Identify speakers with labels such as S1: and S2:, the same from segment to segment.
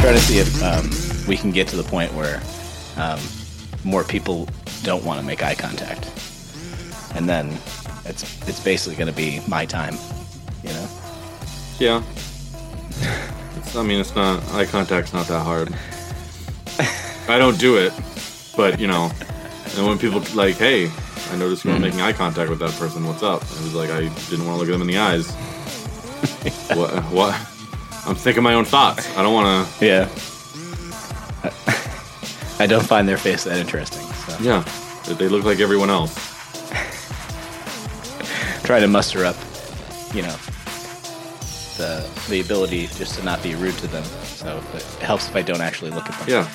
S1: try to see if um, we can get to the point where um, more people don't want to make eye contact, and then it's it's basically going to be my time, you know.
S2: Yeah. It's, I mean, it's not eye contact's not that hard. I don't do it, but you know, and when people like, hey, I noticed you were making eye contact with that person. What's up? I was like, I didn't want to look at them in the eyes. what? What? I'm thinking my own thoughts. I don't want to.
S1: Yeah. I don't find their face that interesting. So
S2: Yeah. They- They look like everyone else.
S1: try to muster up, you know, the the ability just to not be rude to them. So it helps if I don't actually look at them.
S2: Yeah.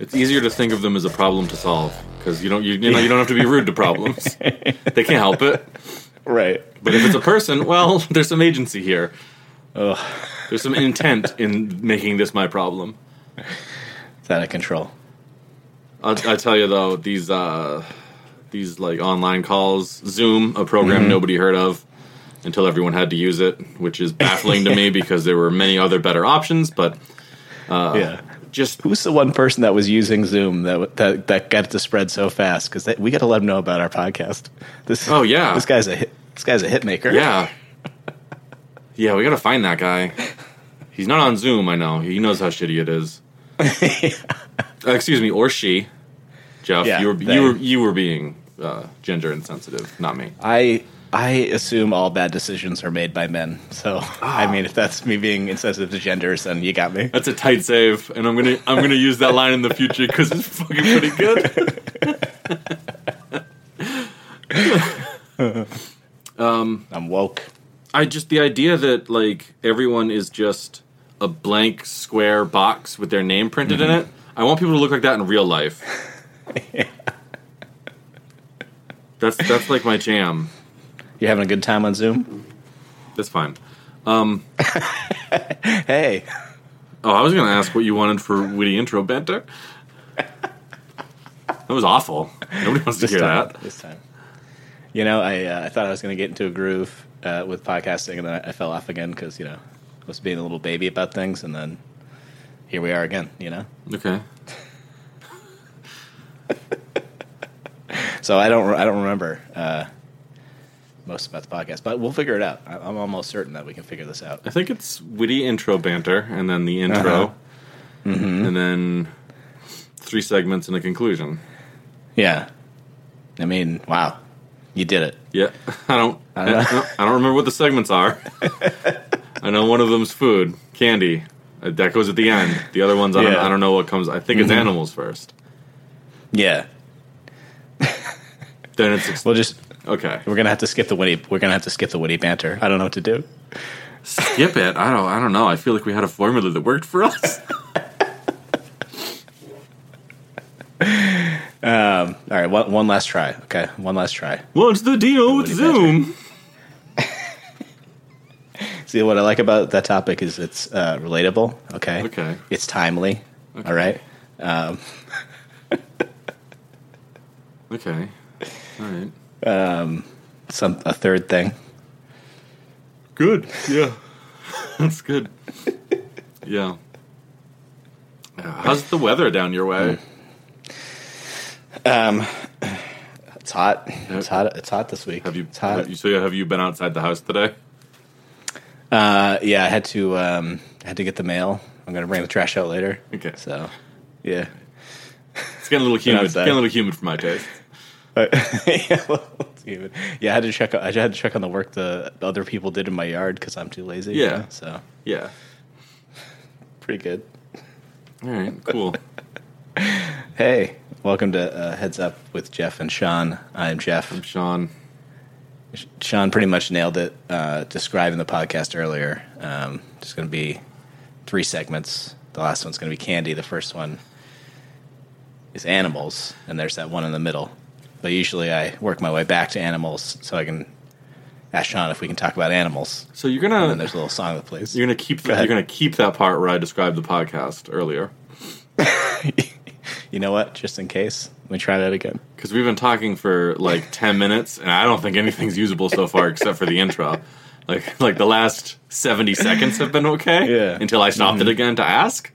S2: It's easier to think of them as a problem to solve because you don't you, you know you don't have to be rude to problems. they can't help it.
S1: Right.
S2: But if it's a person, well, there's some agency here. There's some intent in making this my problem.
S1: It's out of control.
S2: I, I tell you though, these uh, these like online calls, Zoom, a program nobody heard of until everyone had to use it, which is baffling to me because there were many other better options. But
S1: yeah.
S2: just
S1: Who's the one person that was using Zoom that w- that, that got to spread so fast? Because we got to let them know about our podcast. This
S2: Oh, yeah.
S1: this guy's a hit, this guy's a hit maker.
S2: yeah, yeah, we gotta find that guy. He's not on Zoom. I know he knows how shitty it is. Uh, excuse me, or she, Jeff.
S1: Yeah,
S2: you were
S1: they.
S2: you were you were being uh, gender insensitive, not me.
S1: I I assume all bad decisions are made by men. So
S2: Ah.
S1: I mean, if that's me being insensitive to genders, then you got me.
S2: That's a tight save, and I'm gonna I'm gonna use that line in the future because it's fucking pretty good.
S1: I'm woke.
S2: I just the idea that like everyone is just a blank square box with their name printed in
S1: Mm-hmm.
S2: it. I want people to look like that in real life. That's that's like my jam.
S1: You having a good time on Zoom?
S2: That's fine.
S1: Hey,
S2: Oh, I was gonna ask what you wanted for witty intro banter. That was awful. Nobody wants to
S1: this
S2: hear
S1: time,
S2: that.
S1: this time. You know, I uh, I thought I was going to get into a groove uh, with podcasting, and then I, I fell off again because you know I was being a little baby about things, and then here we are again. You know.
S2: Okay.
S1: So I don't I don't remember uh, most about the podcast, but we'll figure it out. I- I'm almost certain that we can figure this out.
S2: I think it's witty intro banter, and then the intro,
S1: Uh-huh. Mm-hmm.
S2: and then three segments and a conclusion.
S1: Yeah, I mean, wow, you did it.
S2: Yeah, I don't, I don't, I don't remember what the segments are. I know one of them's food, candy. Uh, That goes at the end. The other ones, I don't,
S1: Yeah.
S2: I don't know what comes. I think it's animals first.
S1: Yeah,
S2: Then it's ex-
S1: we'll just
S2: okay.
S1: we're gonna have to skip the witty. We're gonna have to skip the witty banter. I don't know what to do.
S2: Skip it. I don't. I don't know. I feel like we had a formula that worked for us.
S1: All right, one, one last try. Okay, one last try.
S2: What's the deal with
S1: Witty banter.
S2: Zoom?
S1: See what I like about that topic is it's uh, relatable. Okay.
S2: Okay.
S1: It's timely. All right.
S2: Okay. All right.
S1: Some a third thing.
S2: Good. Yeah. That's good. Yeah. Yeah, How's the weather down your way?
S1: It's hot. It's hot. It's hot this week.
S2: Have you,
S1: It's hot.
S2: have you so have you been outside the house today?
S1: Uh, yeah, I had to um, I had to get the mail. I'm gonna bring the trash out later.
S2: Okay.
S1: So, yeah.
S2: It's getting a little humid. It's
S1: outside.
S2: getting a little humid for my taste.
S1: But- yeah, well, it's even- yeah, I had to check. I had to check on the work the other people did in my yard because I'm too lazy. you
S2: Yeah.
S1: know? So
S2: Yeah.
S1: pretty good.
S2: All right. Cool.
S1: Hey, welcome to uh, Heads Up with Jeff and Sean. I'm Jeff.
S2: Sean.
S1: Sh- Sean pretty much nailed it uh, describing the podcast earlier. Um, there's going to be three segments. The last one's going to be candy. The first one is animals, and there's that one in the middle. But usually I work my way back to animals so I can ask Sean if we can talk about animals.
S2: So you're
S1: And then
S2: gonna
S1: there's a little song that plays.
S2: you're gonna keep
S1: ahead.
S2: you're gonna keep that part where I described the podcast earlier
S1: You know what? Just in case, let me try that again.
S2: because we've been talking for like ten minutes and I don't think anything's usable so far except for the intro. Like like the last seventy seconds have been okay
S1: Yeah.
S2: Mm-hmm. until I stopped it again to ask.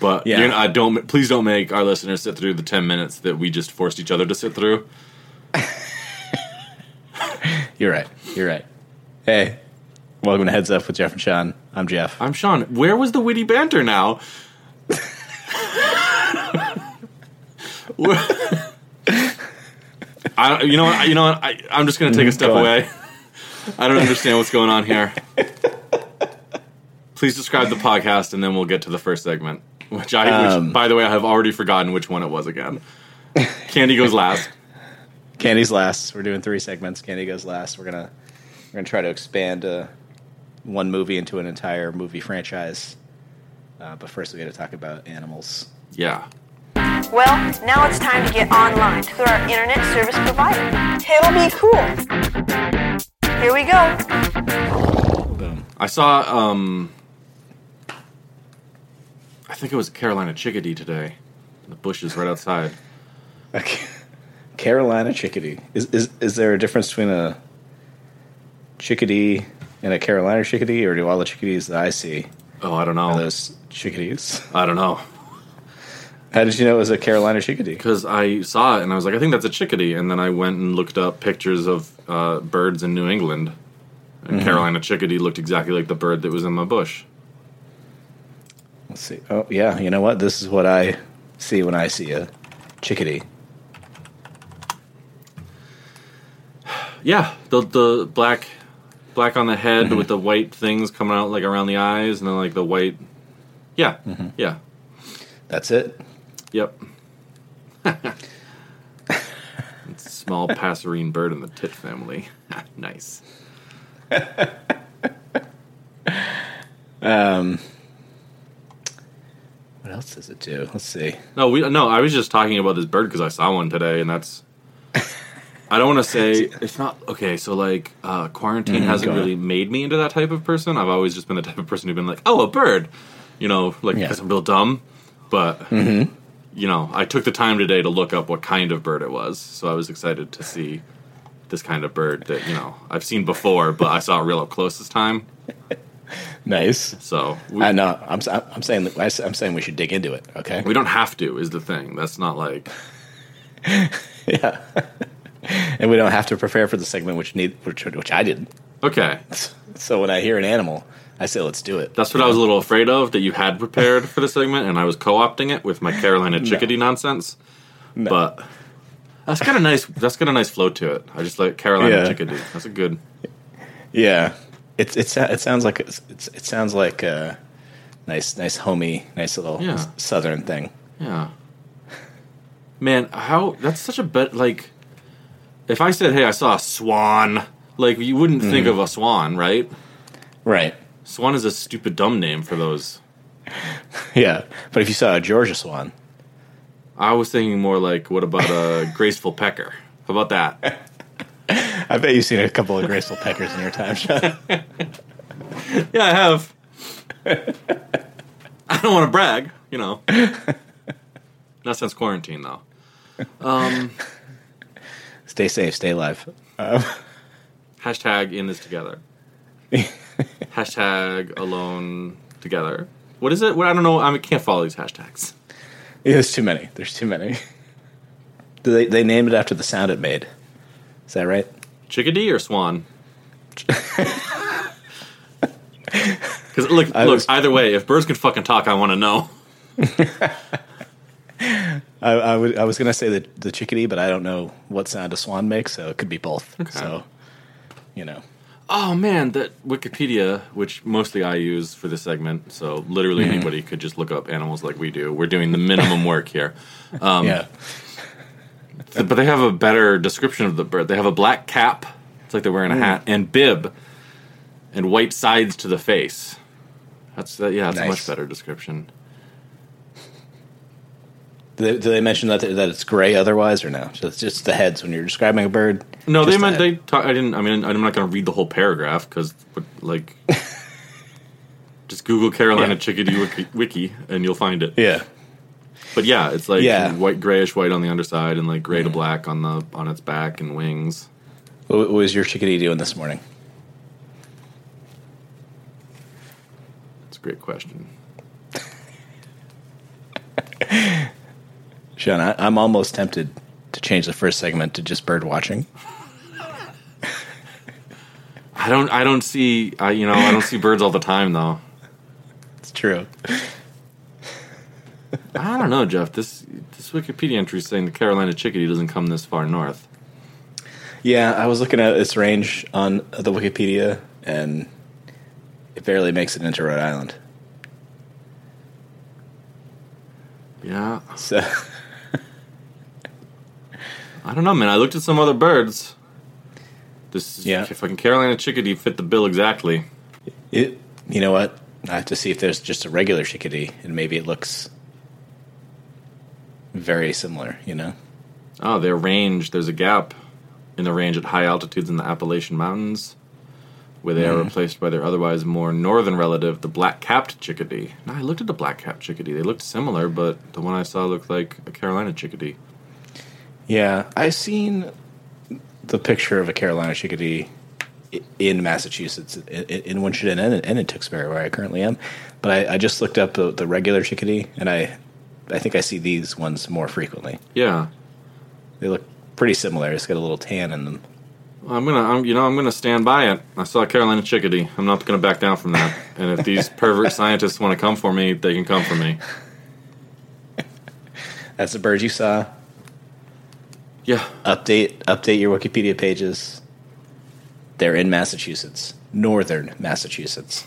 S2: But
S1: Yeah.
S2: you're not, don't please don't make our listeners sit through the ten minutes that we just forced each other to sit through.
S1: You're right. You're right. Hey, welcome to Heads Up with Jeff and Sean. I'm Jeff.
S2: I'm Sean. Where was the witty banter now? Where- I, you know what? I- You know what? I, I'm just going to take a step
S1: Mm, go on.
S2: away. I don't understand what's going on here. Please describe the podcast, and then we'll get to the first segment. Which I,
S1: Um,
S2: which, by the way, I have already forgotten which one it was again. Candy goes last.
S1: Candy's last. We're doing three segments. Candy goes last. We're gonna we're gonna try to expand uh, one movie into an entire movie franchise. Uh, but first, we got to talk about animals.
S2: Yeah.
S3: Well, now it's time to get online through our internet service provider. It'll be cool. Here we go.
S1: Boom.
S2: I saw um I think it was a Carolina chickadee today. In the bushes right outside.
S1: Okay. Carolina chickadee. Is, is is there a difference between a chickadee and a Carolina chickadee, or do all the chickadees that I see
S2: Oh, I don't
S1: are
S2: know.
S1: those chickadees?
S2: I don't know.
S1: How did you know it was a Carolina chickadee?
S2: Because I saw it and I was like, I think that's a chickadee. And then I went and looked up pictures of uh, birds in New England. And Carolina chickadee looked exactly like the bird that was in my bush.
S1: Let's see. Oh yeah, you know what? This is what I see when I see a chickadee.
S2: Yeah, the the black black on the head with the white things coming out like around the eyes and then like the white Yeah. Yeah.
S1: That's it.
S2: Yep. It's a small passerine bird in the tit family. nice.
S1: What else does it do? Let's see.
S2: No, we no. I was just talking about this bird because I saw one today, and that's. I don't want to say it's not okay. So like, uh, quarantine
S1: Mm-hmm,
S2: hasn't
S1: go on.
S2: really made me into that type of person. I've always just been the type of person who've been like, oh, a bird, you know, like
S1: Yeah. Mm-hmm.
S2: because I'm real dumb. But you know, I took the time today to look up what kind of bird it was, so I was excited to see this kind of bird that you know I've seen before, but I saw it real up close this time.
S1: Nice.
S2: So we,
S1: I know. I'm s- I'm saying that- I s- I'm saying we should dig into it. Okay.
S2: we don't have to is the thing. That's not like
S1: yeah. and we don't have to prepare for the segment, which need which which I did.
S2: okay.
S1: So when I hear an animal, I say, "Let's do it."
S2: That's what I was a little afraid of that you had prepared for the segment, and I was co-opting it with my Carolina chickadee nonsense. But that's got a nice that's got a nice flow to it. I just like Carolina
S1: Yeah.
S2: chickadee. That's a good.
S1: yeah. It it, sa- it sounds like it's, it's it sounds like a nice nice homey nice little
S2: Yeah.
S1: s- southern thing.
S2: Yeah. Man, how that's such a bet. Like, if I said, "Hey, I saw a swan," like you wouldn't think of a swan, right?
S1: Right.
S2: Swan is a stupid dumb name for those.
S1: Yeah. But if you saw a Georgia swan,
S2: I was thinking more like, "What about a graceful pecker?" How about that?
S1: I bet you've seen a couple of graceful peckers in your time, Sean.
S2: Yeah, I have. I don't want to brag, you know. Not since quarantine, though. Um,
S1: stay safe, stay alive. Um,
S2: hashtag in this together. hashtag alone together. What is it? What I don't know. I mean, can't follow these hashtags.
S1: Yeah, there's too many. There's too many. Do they they named it after the sound it made. Is that right?
S2: Chickadee or swan? Because look,
S1: I
S2: look.
S1: was-
S2: Either way, if birds can fucking talk, I want to know.
S1: I, I, would, I was going to say the, the chickadee, but I don't know what sound a swan makes, so it could be both. So, you know,
S2: Oh man, that Wikipedia, which mostly I use for this segment, so literally anybody could just look up animals like we do. We're doing the minimum work here.
S1: yeah,
S2: Th- But they have a better description of the bird. They have a black cap, it's like they're wearing a hat, and bib, and white sides to the face. That's that, yeah, that's a much
S1: Nice.
S2: better description.
S1: do they, do they mention that that it's gray otherwise or no? So it's just the heads when you're describing a bird.
S2: No,
S1: Just
S2: they meant
S1: the
S2: they.
S1: head.
S2: Talk, I didn't. I mean, I'm not going to read the whole paragraph because, like, just Google
S1: Yeah.
S2: Carolina chickadee wiki, wiki, and you'll find it.
S1: Yeah,
S2: But yeah, it's like
S1: Yeah.
S2: white, grayish white on the underside, and like gray to black on the on its back and wings.
S1: what, what was your chickadee doing this morning?
S2: It's a great question.
S1: Sean, I, I'm almost tempted to change the first segment to just bird watching.
S2: I don't. I don't see. I you know. I don't see birds all the time though.
S1: It's true.
S2: I don't know, Jeff. This this Wikipedia entry is saying the Carolina chickadee doesn't come this far north.
S1: Yeah, I was looking at its range on the Wikipedia, and it barely makes it into Rhode Island.
S2: Yeah,
S1: So
S2: I don't know, man. I looked at some other birds. This is,
S1: Yeah.
S2: fucking Carolina chickadee fit the bill exactly.
S1: it, you know what? I have to see if there's just a regular chickadee, and maybe it looks very similar. You know,
S2: Oh, their range. There's a gap in the range at high altitudes in the Appalachian Mountains, where they are replaced by their otherwise more northern relative, the black-capped chickadee. Now, I looked at the black-capped chickadee. They looked similar, but the one I saw looked like a Carolina chickadee.
S1: Yeah, I've seen the picture of a Carolina chickadee i- in Massachusetts, i- i- in Winchendon and and in Tewksbury, where I currently am. But I, I just looked up the, the regular chickadee, and I I think I see these ones more frequently.
S2: Yeah,
S1: They look pretty similar. It's got a little tan in them.
S2: I'm gonna, I'm, you know, I'm gonna stand by it. I saw Carolina chickadee. I'm not gonna back down from that. And if these pervert scientists want to come for me, they can come for me.
S1: That's the bird you saw.
S2: Yeah,
S1: Update update your Wikipedia pages. They're in Massachusetts, northern Massachusetts.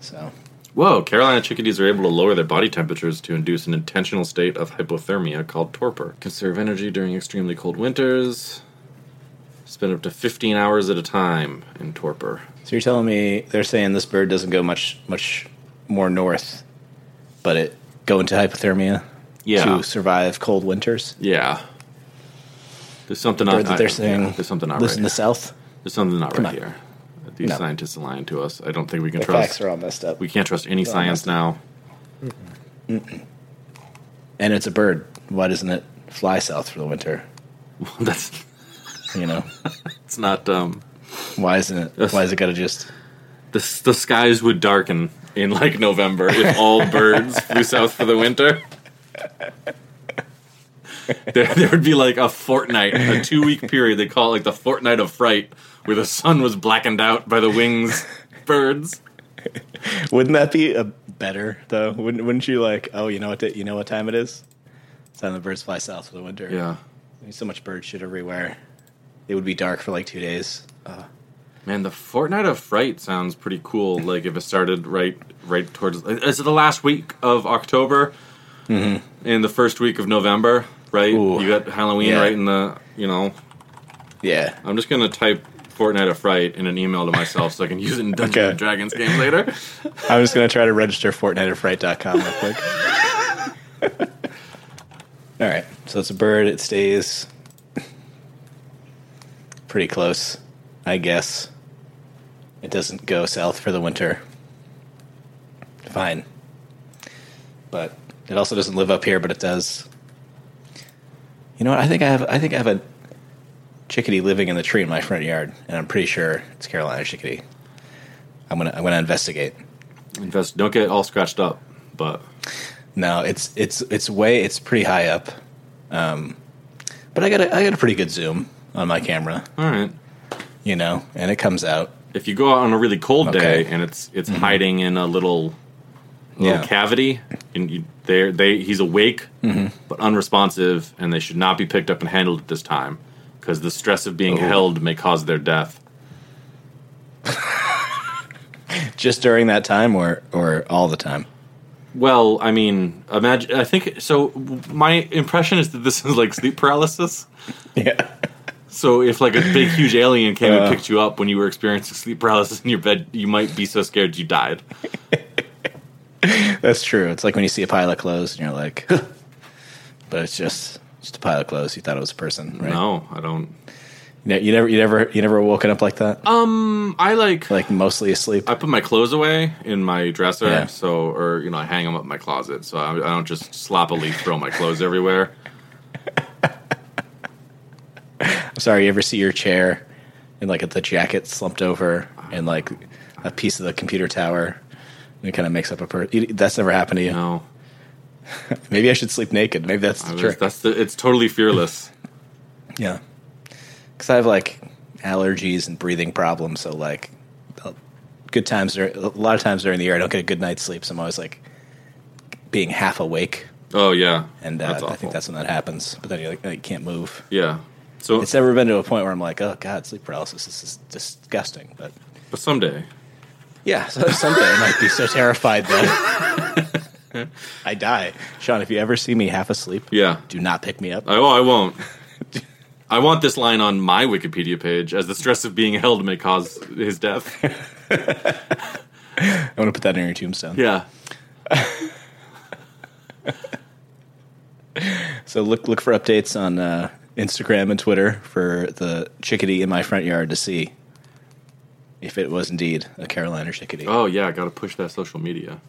S1: So
S2: Whoa, Carolina chickadees are able to lower their body temperatures to induce an intentional state of hypothermia called torpor. Conserve energy during extremely cold winters. Spend up to 15 hours at a time in torpor.
S1: So you're telling me they're saying this bird doesn't go much much more north, but it go into hypothermia
S2: Yeah.
S1: to survive cold winters.
S2: Yeah. There's something not
S1: Bird that they're
S2: Uh, yeah,
S1: saying
S2: There's something not
S1: lives
S2: right.
S1: in the
S2: here.
S1: south.
S2: There's something not right
S1: on.
S2: here. These
S1: No.
S2: scientists are lying to us. I don't think we can
S1: The
S2: trust.
S1: facts are all messed up.
S2: We can't trust any
S1: all
S2: science
S1: messed
S2: now.
S1: and it's a bird. Why doesn't it fly south for the winter?
S2: that's
S1: You know,
S2: it's not um
S1: why isn't it? Why is it got to just?
S2: the s- the skies would darken in like November if all birds flew south for the winter. There, there would be like a fortnight, a two week period. They call it like the fortnight of fright, where the sun was blackened out by the wings, birds.
S1: Wouldn't that be a better though? Wouldn't Wouldn't you like? Oh, you know what? you know what time it is? It's time the birds fly south for the winter.
S2: Yeah,
S1: There's so much bird shit everywhere. It would be dark for like two days.
S2: man, the fortnight of fright sounds pretty cool. Like if it started right, right towards is it the last week of October, and the first week of November, right?
S1: Ooh.
S2: You got Halloween
S1: Yeah.
S2: right in the you know
S1: Yeah.
S2: I'm just gonna type Fortnite of Fright in an email to myself so I can use it in Dungeons
S1: Okay.
S2: and Dragons game later.
S1: I'm just going to try to register Fortnite at Fright.com real quick. All right. So it's a bird. It stays pretty close, I guess. It doesn't go south for the winter. Fine. But it also doesn't live up here, but it does. You know what? I think I have I think I have a chickadee living in the tree in my front yard, and I'm pretty sure it's Carolina chickadee. I'm gonna I'm gonna investigate.
S2: Invest. Don't get all scratched up, but
S1: No, it's it's it's way it's pretty high up, um, but I got a, I got a pretty good zoom on my camera,
S2: all right.
S1: you know, and it comes out.
S2: If you go out on a really cold
S1: Okay. Mm-hmm.
S2: day and it's it's hiding in a little, little
S1: Yeah.
S2: cavity, and you, they they he's awake
S1: Mm-hmm.
S2: but unresponsive, and they should not be picked up and handled at this time because the stress of
S1: Oh.
S2: being held may cause their death.
S1: Just during that time, or or all the time.
S2: Well, I mean, imagine. I think so. My impression is that this is like sleep paralysis.
S1: Yeah,
S2: So if like a big huge alien came
S1: Uh.
S2: and picked you up when you were experiencing sleep paralysis in your bed, you might be so scared you died.
S1: that's true. It's like when you see a pile of clothes and you're like, but it's just just a pile of clothes. You thought it was a person, right?
S2: No, I don't.
S1: You ne- You never you never you never woken up like that,
S2: I like
S1: like mostly asleep.
S2: I put my clothes away in my dresser,
S1: Yeah.
S2: so or you know I hang them up in my closet, so I, I don't just sloppily throw my clothes everywhere.
S1: I'm sorry. You ever see your chair and like the jacket slumped over and like a piece of the computer tower? And it kind of makes up a person. That's never happened to you.
S2: No,
S1: Maybe I should sleep naked. Maybe that's
S2: I
S1: the
S2: was-
S1: trick.
S2: that's the, it's totally fearless.
S1: Yeah. Because I have like allergies and breathing problems. So, like, a- good times, are, a lot of times during the year, I don't get a good night's sleep. So I'm always like being half awake.
S2: Oh yeah,
S1: And uh,
S2: That's
S1: I
S2: awful.
S1: think that's when that happens. But then you're like, oh, you can't move.
S2: yeah. So,
S1: It's never been to a point where I'm like, oh, God, sleep paralysis. This is disgusting. But
S2: but someday,
S1: yeah, so someday I might be so terrified that I die. Sean, if you ever see me half asleep,
S2: yeah.
S1: do not pick me up.
S2: I, oh, I won't. I want this line on my Wikipedia page as the stress of being held may cause his death.
S1: I want to put that in your tombstone.
S2: Yeah.
S1: So look look for updates on uh, Instagram and Twitter for the chickadee in my front yard to see if it was indeed a Carolina chickadee.
S2: Oh yeah, I gotta push that social media.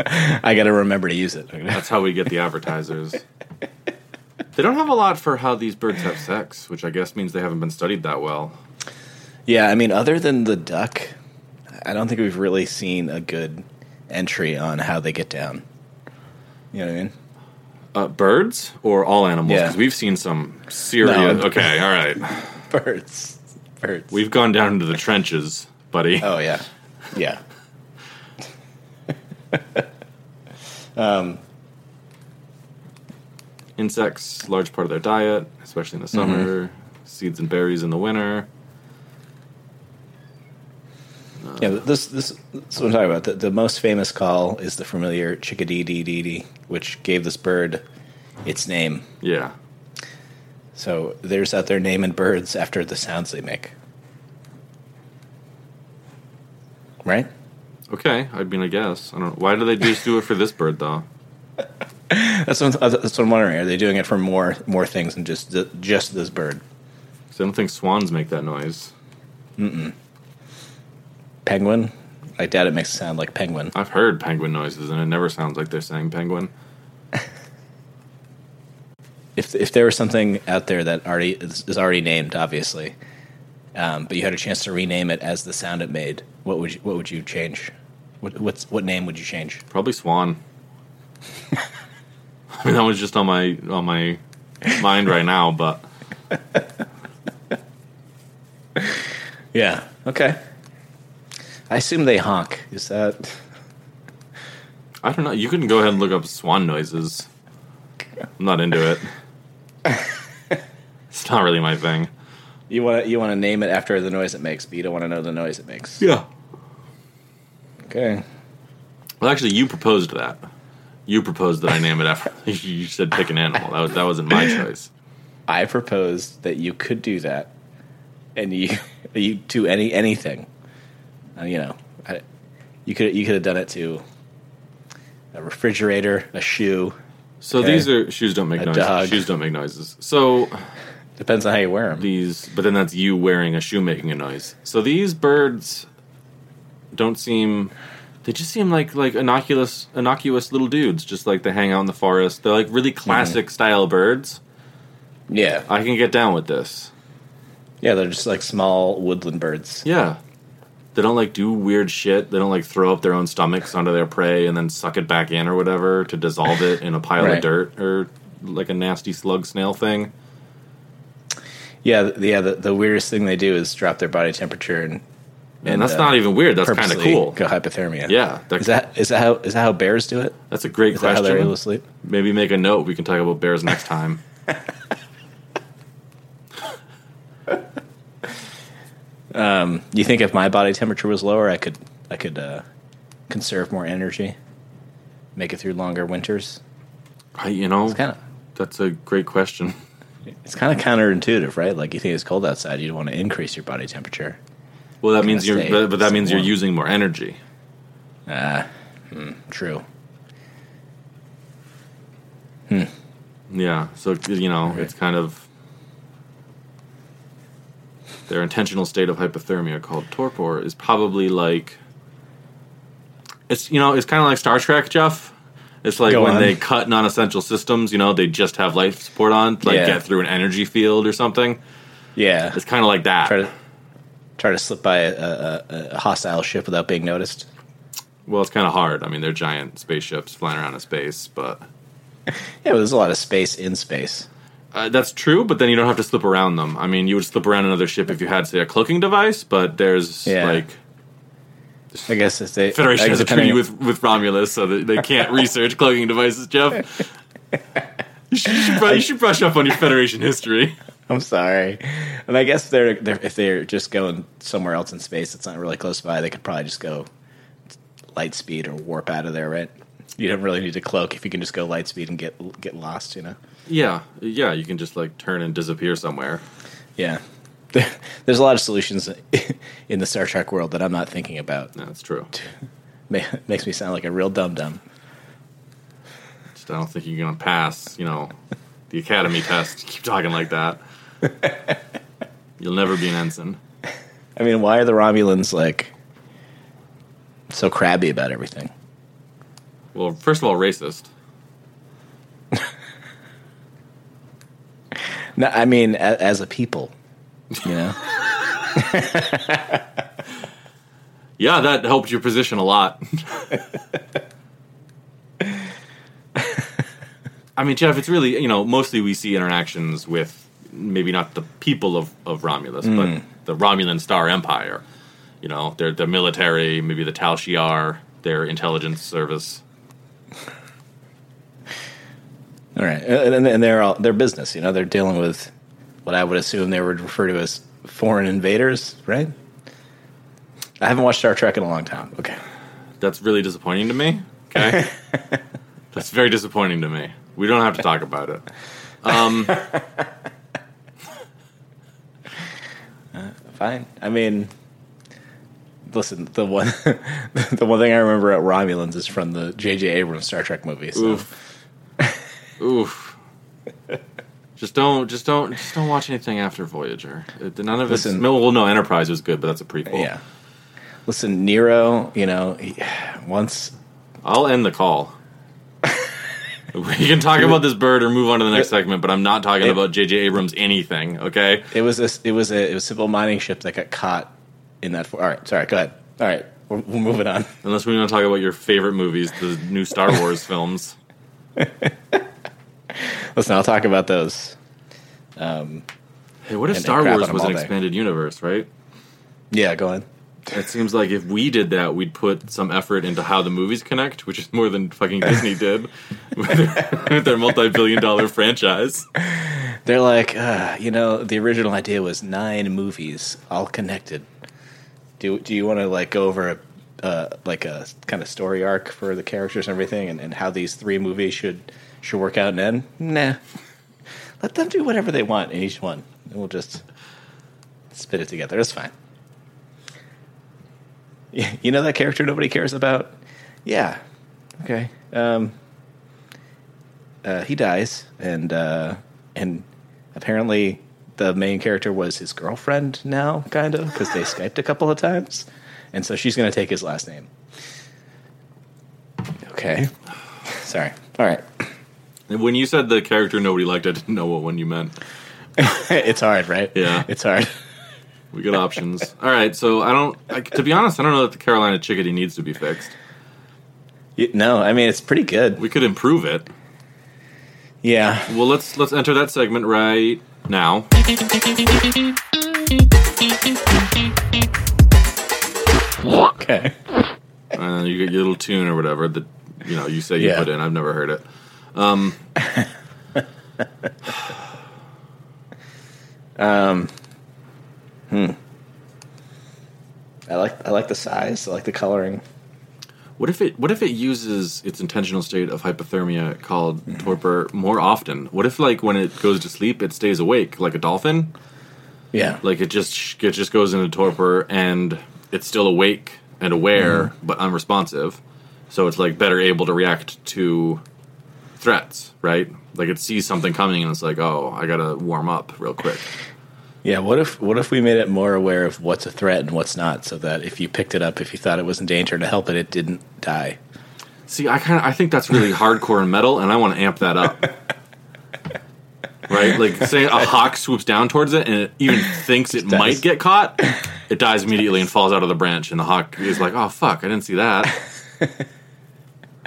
S1: I got to remember to use it.
S2: That's how we get the advertisers. They don't have a lot for how these birds have sex, which I guess means they haven't been studied that well.
S1: yeah, I mean, other than the duck, I don't think we've really seen a good entry on how they get down. You know what I mean?
S2: Uh, birds or all animals?
S1: Yeah.
S2: Because we've seen some serious.
S1: No.
S2: Okay, all right.
S1: Birds, birds.
S2: We've gone down into the trenches, buddy.
S1: oh yeah, yeah.
S2: Insects, large part of their diet, especially in the
S1: Mm-hmm.
S2: summer. Seeds and berries in the winter.
S1: Yeah, but this this this is what I'm talking about. The, the most famous call is the familiar chickadee dee dee dee, which gave this bird its name.
S2: Yeah.
S1: So there's out there naming birds after the sounds they make. Right?
S2: Okay, I mean, I guess I don't. Why do they just do it for this bird though?
S1: That's what, that's what I'm wondering. Are they doing it for more more things than just th- just this bird?
S2: 'Cause I don't think swans make that noise.
S1: Penguin? I doubt it makes it sound like penguin.
S2: I've heard penguin noises, and it never sounds like they're saying penguin.
S1: If if there was something out there that already is is already named, obviously, um, but you had a chance to rename it as the sound it made, what would you, what would you change? What what's, what name would you change?
S2: Probably Swan. I mean, that was just on my on my mind right now, but
S1: Yeah. Okay. I assume they honk. Is that?
S2: I don't know. You can go ahead and look up swan noises. I'm not into it. it's not really my thing.
S1: You want to you want to name it after the noise it makes, but you don't want to know the noise it makes.
S2: Yeah.
S1: Okay.
S2: Well, actually, you proposed that. You proposed that I name it after. you said pick an animal. That was that wasn't my choice.
S1: I proposed that you could do that, and you you do any anything. Uh, you know, I, you could you could have done it to a refrigerator, a shoe.
S2: So
S1: Okay.
S2: these are shoes don't make
S1: A
S2: noises.
S1: dog.
S2: Shoes don't make noises. So
S1: Depends on how you wear them.
S2: these but then that's you wearing a shoe making a noise so these birds don't seem they just seem like like innocuous innocuous little dudes just like they hang out in the forest they're like really classic style birds
S1: yeah,
S2: i can get down with this
S1: yeah, they're just like small woodland birds.
S2: yeah they don't like do weird shit they don't like throw up their own stomachs onto their prey and then suck it back in or whatever to dissolve it in a pile
S1: Right.
S2: of dirt or like a nasty slug snail thing
S1: Yeah, th- yeah. The, the weirdest thing they do is drop their body temperature and
S2: and,
S1: And,
S2: that's
S1: uh,
S2: not even weird that's kind of
S1: purposely
S2: cool
S1: go hypothermia.
S2: yeah that-
S1: Is that is that how is that how bears do it?
S2: that's a great
S1: Is that how
S2: question
S1: they're able to sleep?
S2: Maybe make a note. We can talk about bears next time.
S1: You think if my body temperature was lower, I could I could uh, conserve more energy, make it through longer winters?
S2: I, you know,
S1: It's kind of
S2: that's a great question.
S1: it's kind of counterintuitive, right? Like you think it's cold outside, you want to increase your body temperature.
S2: Well, that means you're,
S1: stay-
S2: but, but that
S1: stay
S2: means you're
S1: warm.
S2: using more energy.
S1: True.
S2: Yeah. So you know, it's kind of their intentional state of hypothermia called torpor is probably like it's you know it's kind of like Star Trek, Jeff. It's like
S1: Go
S2: when
S1: on.
S2: they cut non-essential systems. You know, they just have life support on to like
S1: Yeah.
S2: get through an energy field or something.
S1: Yeah.
S2: It's kind of like that.
S1: Try to try to slip by a, a, a- a hostile ship without being noticed.
S2: Well, it's kind of hard. I mean, they're giant spaceships flying around in space, but
S1: Yeah, but there's a lot of space in space.
S2: uh, that's true. But then you don't have to slip around them. I mean, you would slip around another ship if you had, say, a cloaking device. But there's
S1: Yeah.
S2: like
S1: I guess if they
S2: Federation
S1: like,
S2: has a
S1: depending-
S2: treaty with with Romulus, so that they can't research cloaking devices. Jeff, you should, you, should, bru- you should brush up on your Federation history.
S1: I'm sorry, and I guess they're, they're if they're just going somewhere else in space that's not really close by, they could probably just go light speed or warp out of there, right? You don't really need to cloak if you can just go light speed and get get lost, you know.
S2: Yeah, yeah, you can just like turn and disappear somewhere.
S1: Yeah. There- There's a lot of solutions in the Star Trek world that I'm not thinking about.
S2: That's true.
S1: Ma- Makes me sound like a real dum dum.
S2: Just, I don't think you're gonna pass. You know, the academy test. Keep talking like that. You'll never be an ensign.
S1: I mean, why are the Romulans like so crabby about everything?
S2: Well, first of all, racist.
S1: No, I mean, a- as a people, you know.
S2: Yeah, that helped your position a lot. I mean, Jeff, it's really, you know, mostly we see interactions with maybe not the people of, of Romulus, but the Romulan Star Empire. You know, their, their military, maybe the Tal Shiar, their intelligence service.
S1: All right, and, and- and they're all their business, you know. They're dealing with what I would assume they would refer to as foreign invaders, right? I haven't watched Star Trek in a long time. Okay,
S2: That's really disappointing to me. Okay. That's very disappointing to me. We don't have to talk about it.
S1: fine. I mean, listen, the one the one thing I remember at Romulans is from the J.J. Abrams Star Trek movie. So.
S2: Oof. Oof. Just don't, just don't, just don't watch anything after Voyager. It- None of it's
S1: Listen.
S2: no. Well, no, Enterprise was good, but that's a prequel.
S1: Yeah. Listen, Nero, you know, he, once
S2: I'll end the call. we can talk about this bird or move on to the next segment, but I'm not talking
S1: It-
S2: about J.J. Abrams anything. Okay,
S1: it was a, it was a it was a simple mining ship that got caught in that. For- All right, sorry, go ahead. All right, we're, we're moving on.
S2: unless we want to talk about your favorite movies, the new Star Wars films.
S1: Listen, I'll talk about those.
S2: Hey, what
S1: And- and
S2: if Star
S1: crap
S2: Wars
S1: on 'em
S2: was
S1: all
S2: an
S1: day.
S2: expanded universe? Right.
S1: Yeah, go on.
S2: It seems like if we did that, we'd put some effort into how the movies connect, which is more than fucking Disney did with their, with their multi-billion-dollar franchise.
S1: They're like, uh, you know, the original idea was nine movies all connected. Do do you want to like go over a, uh, like a kind of story arc for the characters and everything, and, and how these three movies should should work out and end? Nah, let them do whatever they want in each one, and we'll just spit it together. It's fine. Yeah, you know that character nobody cares about. Yeah, okay. Um, uh, he dies, and uh, and apparently the main character was his girlfriend now, kind of, because they skyped a couple of times, and so she's going to take his last name. Okay, sorry. All right,
S2: And when you said the character nobody liked, I didn't know what one you meant.
S1: it's hard, right?
S2: Yeah.
S1: it's hard.
S2: We got options. All right, so I don't. I, to be honest, I don't know that the Carolina Chickadee needs to be fixed.
S1: Y- No, I mean it's pretty good.
S2: We could improve it.
S1: Yeah,
S2: Well, let's let's enter that segment right now.
S1: okay.
S2: and Uh, you get your little tune or whatever that you know you say you
S1: Yeah.
S2: put in. I've never heard it. Um,
S1: I like I like the size. I like the coloring.
S2: what if it? What if it uses its intentional state of hypothermia called torpor more often? What if, like, when it goes to sleep, it stays awake like a dolphin?
S1: Yeah,
S2: Like it just it just goes into torpor and it's still awake and aware but unresponsive. So it's like better able to react to threats, right? Like it sees something coming and it's like, oh, I gotta warm up real quick.
S1: yeah. What if what if we made it more aware of what's a threat and what's not, so that if you picked it up, if you thought it was in danger to help it, it didn't die.
S2: See, I kind of I think that's really hardcore and metal, and I want to amp that up. right? Like, say a hawk swoops down towards it, and it even thinks it
S1: dies.
S2: might get caught. It dies immediately and falls out of the branch, and the hawk is like, "Oh fuck, I didn't see that."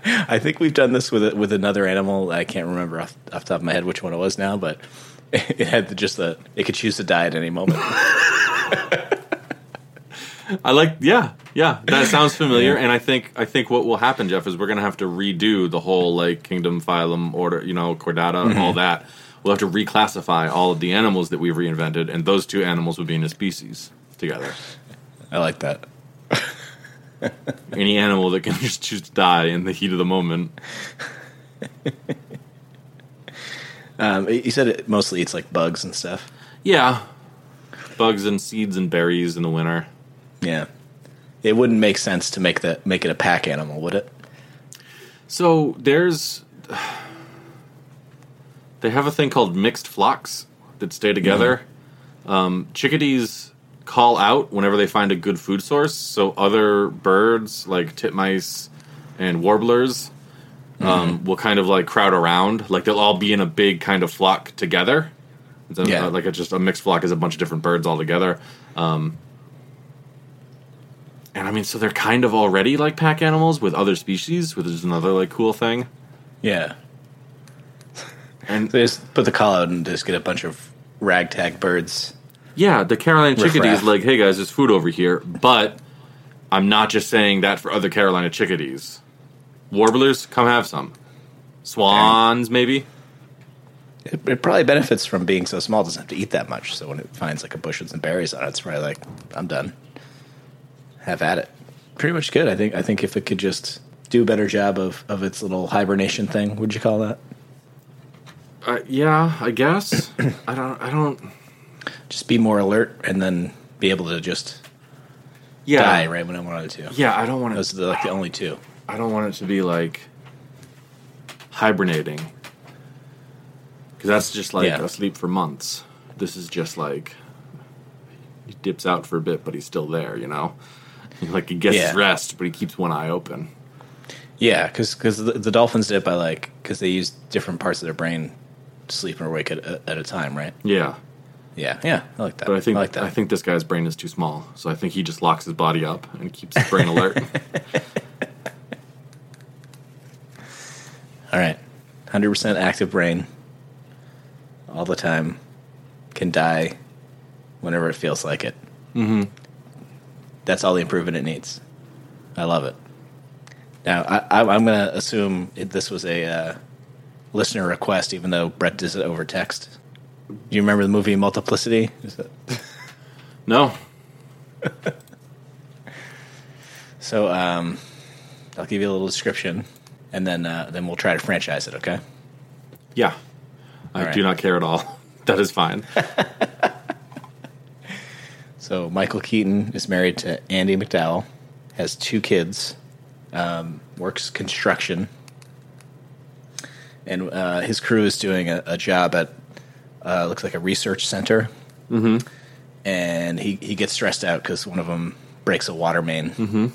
S1: I think we've done this with a, with another animal. I can't remember off, off the top of my head which one it was now, but it had the, just the it could choose to die at any moment.
S2: I like yeah, yeah. That sounds familiar, and I think I think what will happen, Jeff, is we're gonna have to redo the whole like kingdom, phylum, order, you know, chordata, all that. We'll have to reclassify all of the animals that we've reinvented, and those two animals would be in a species together.
S1: I like that.
S2: Any animal that can just choose to die in the heat of the moment.
S1: Um, you said it mostly eats like bugs and stuff.
S2: Yeah, bugs and seeds and berries in the winter.
S1: Yeah, it wouldn't make sense to make the make it a pack animal, would it?
S2: So there's they have a thing called mixed flocks that stay together. Um, chickadees call out whenever they find a good food source, so other birds like titmice and warblers um, will kind of like crowd around. Like they'll all be in a big kind of flock together. It's a- uh,
S1: Yeah.
S2: like it's just a mixed flock is a bunch of different birds all together. Um, and I mean, so they're kind of already like pack animals with other species, which is another like cool thing.
S1: Yeah,
S2: And
S1: they just put the call out and just get a bunch of ragtag birds.
S2: Yeah, the Carolina
S1: Riff
S2: chickadee is
S1: raff.
S2: like, hey guys, there's food over here. But I'm not just saying that for other Carolina chickadees. Warblers, come have some. Swans, maybe.
S1: It, it probably benefits from being so small; it doesn't have to eat that much. So when it finds like a bush with some berries on it, it's probably like, "I'm done. Have at it." Pretty much good. I think. I think if it could just do a better job of of its little hibernation thing, would you call that?
S2: Uh, yeah, I guess. I don't. I don't.
S1: Just be more alert and then be able to just
S2: Yeah.
S1: die right when I wanted to.
S2: Yeah, I don't want
S1: Those are the, like the only two.
S2: I don't want it to be like hibernating because that's just like
S1: Yeah.
S2: asleep for months. This is just like he dips out for a bit, but he's still there. You know, like he gets his
S1: Yeah.
S2: rest, but he keeps one eye open.
S1: Yeah, because the, the dolphins did it by like because they use different parts of their brain, to sleep and awake at, at a time, right?
S2: Yeah,
S1: Yeah, yeah, I like that.
S2: but I think I,
S1: like that.
S2: think this guy's brain is too small, so I think he just locks his body up and keeps his brain alert.
S1: All right, hundred percent active brain, all the time, can die whenever it feels like it. Mm-hmm. That's all the improvement it needs. I love it. Now I, I, I'm going to assume it, this was a uh, listener request, even though Brett did it over text. Do you remember the movie Multiplicity? Is that-
S2: No,
S1: So um, I'll give you a little description, and then uh, then we'll try to franchise it. Okay.
S2: yeah, I
S1: All
S2: do
S1: right.
S2: not care at all. That is fine.
S1: So Michael Keaton is married to Andy McDowell, has two kids, um, works construction, and uh, his crew is doing a, a job at uh, looks like a research center. Mm-hmm. And he, he gets stressed out because one of them breaks a water main, mm-hmm.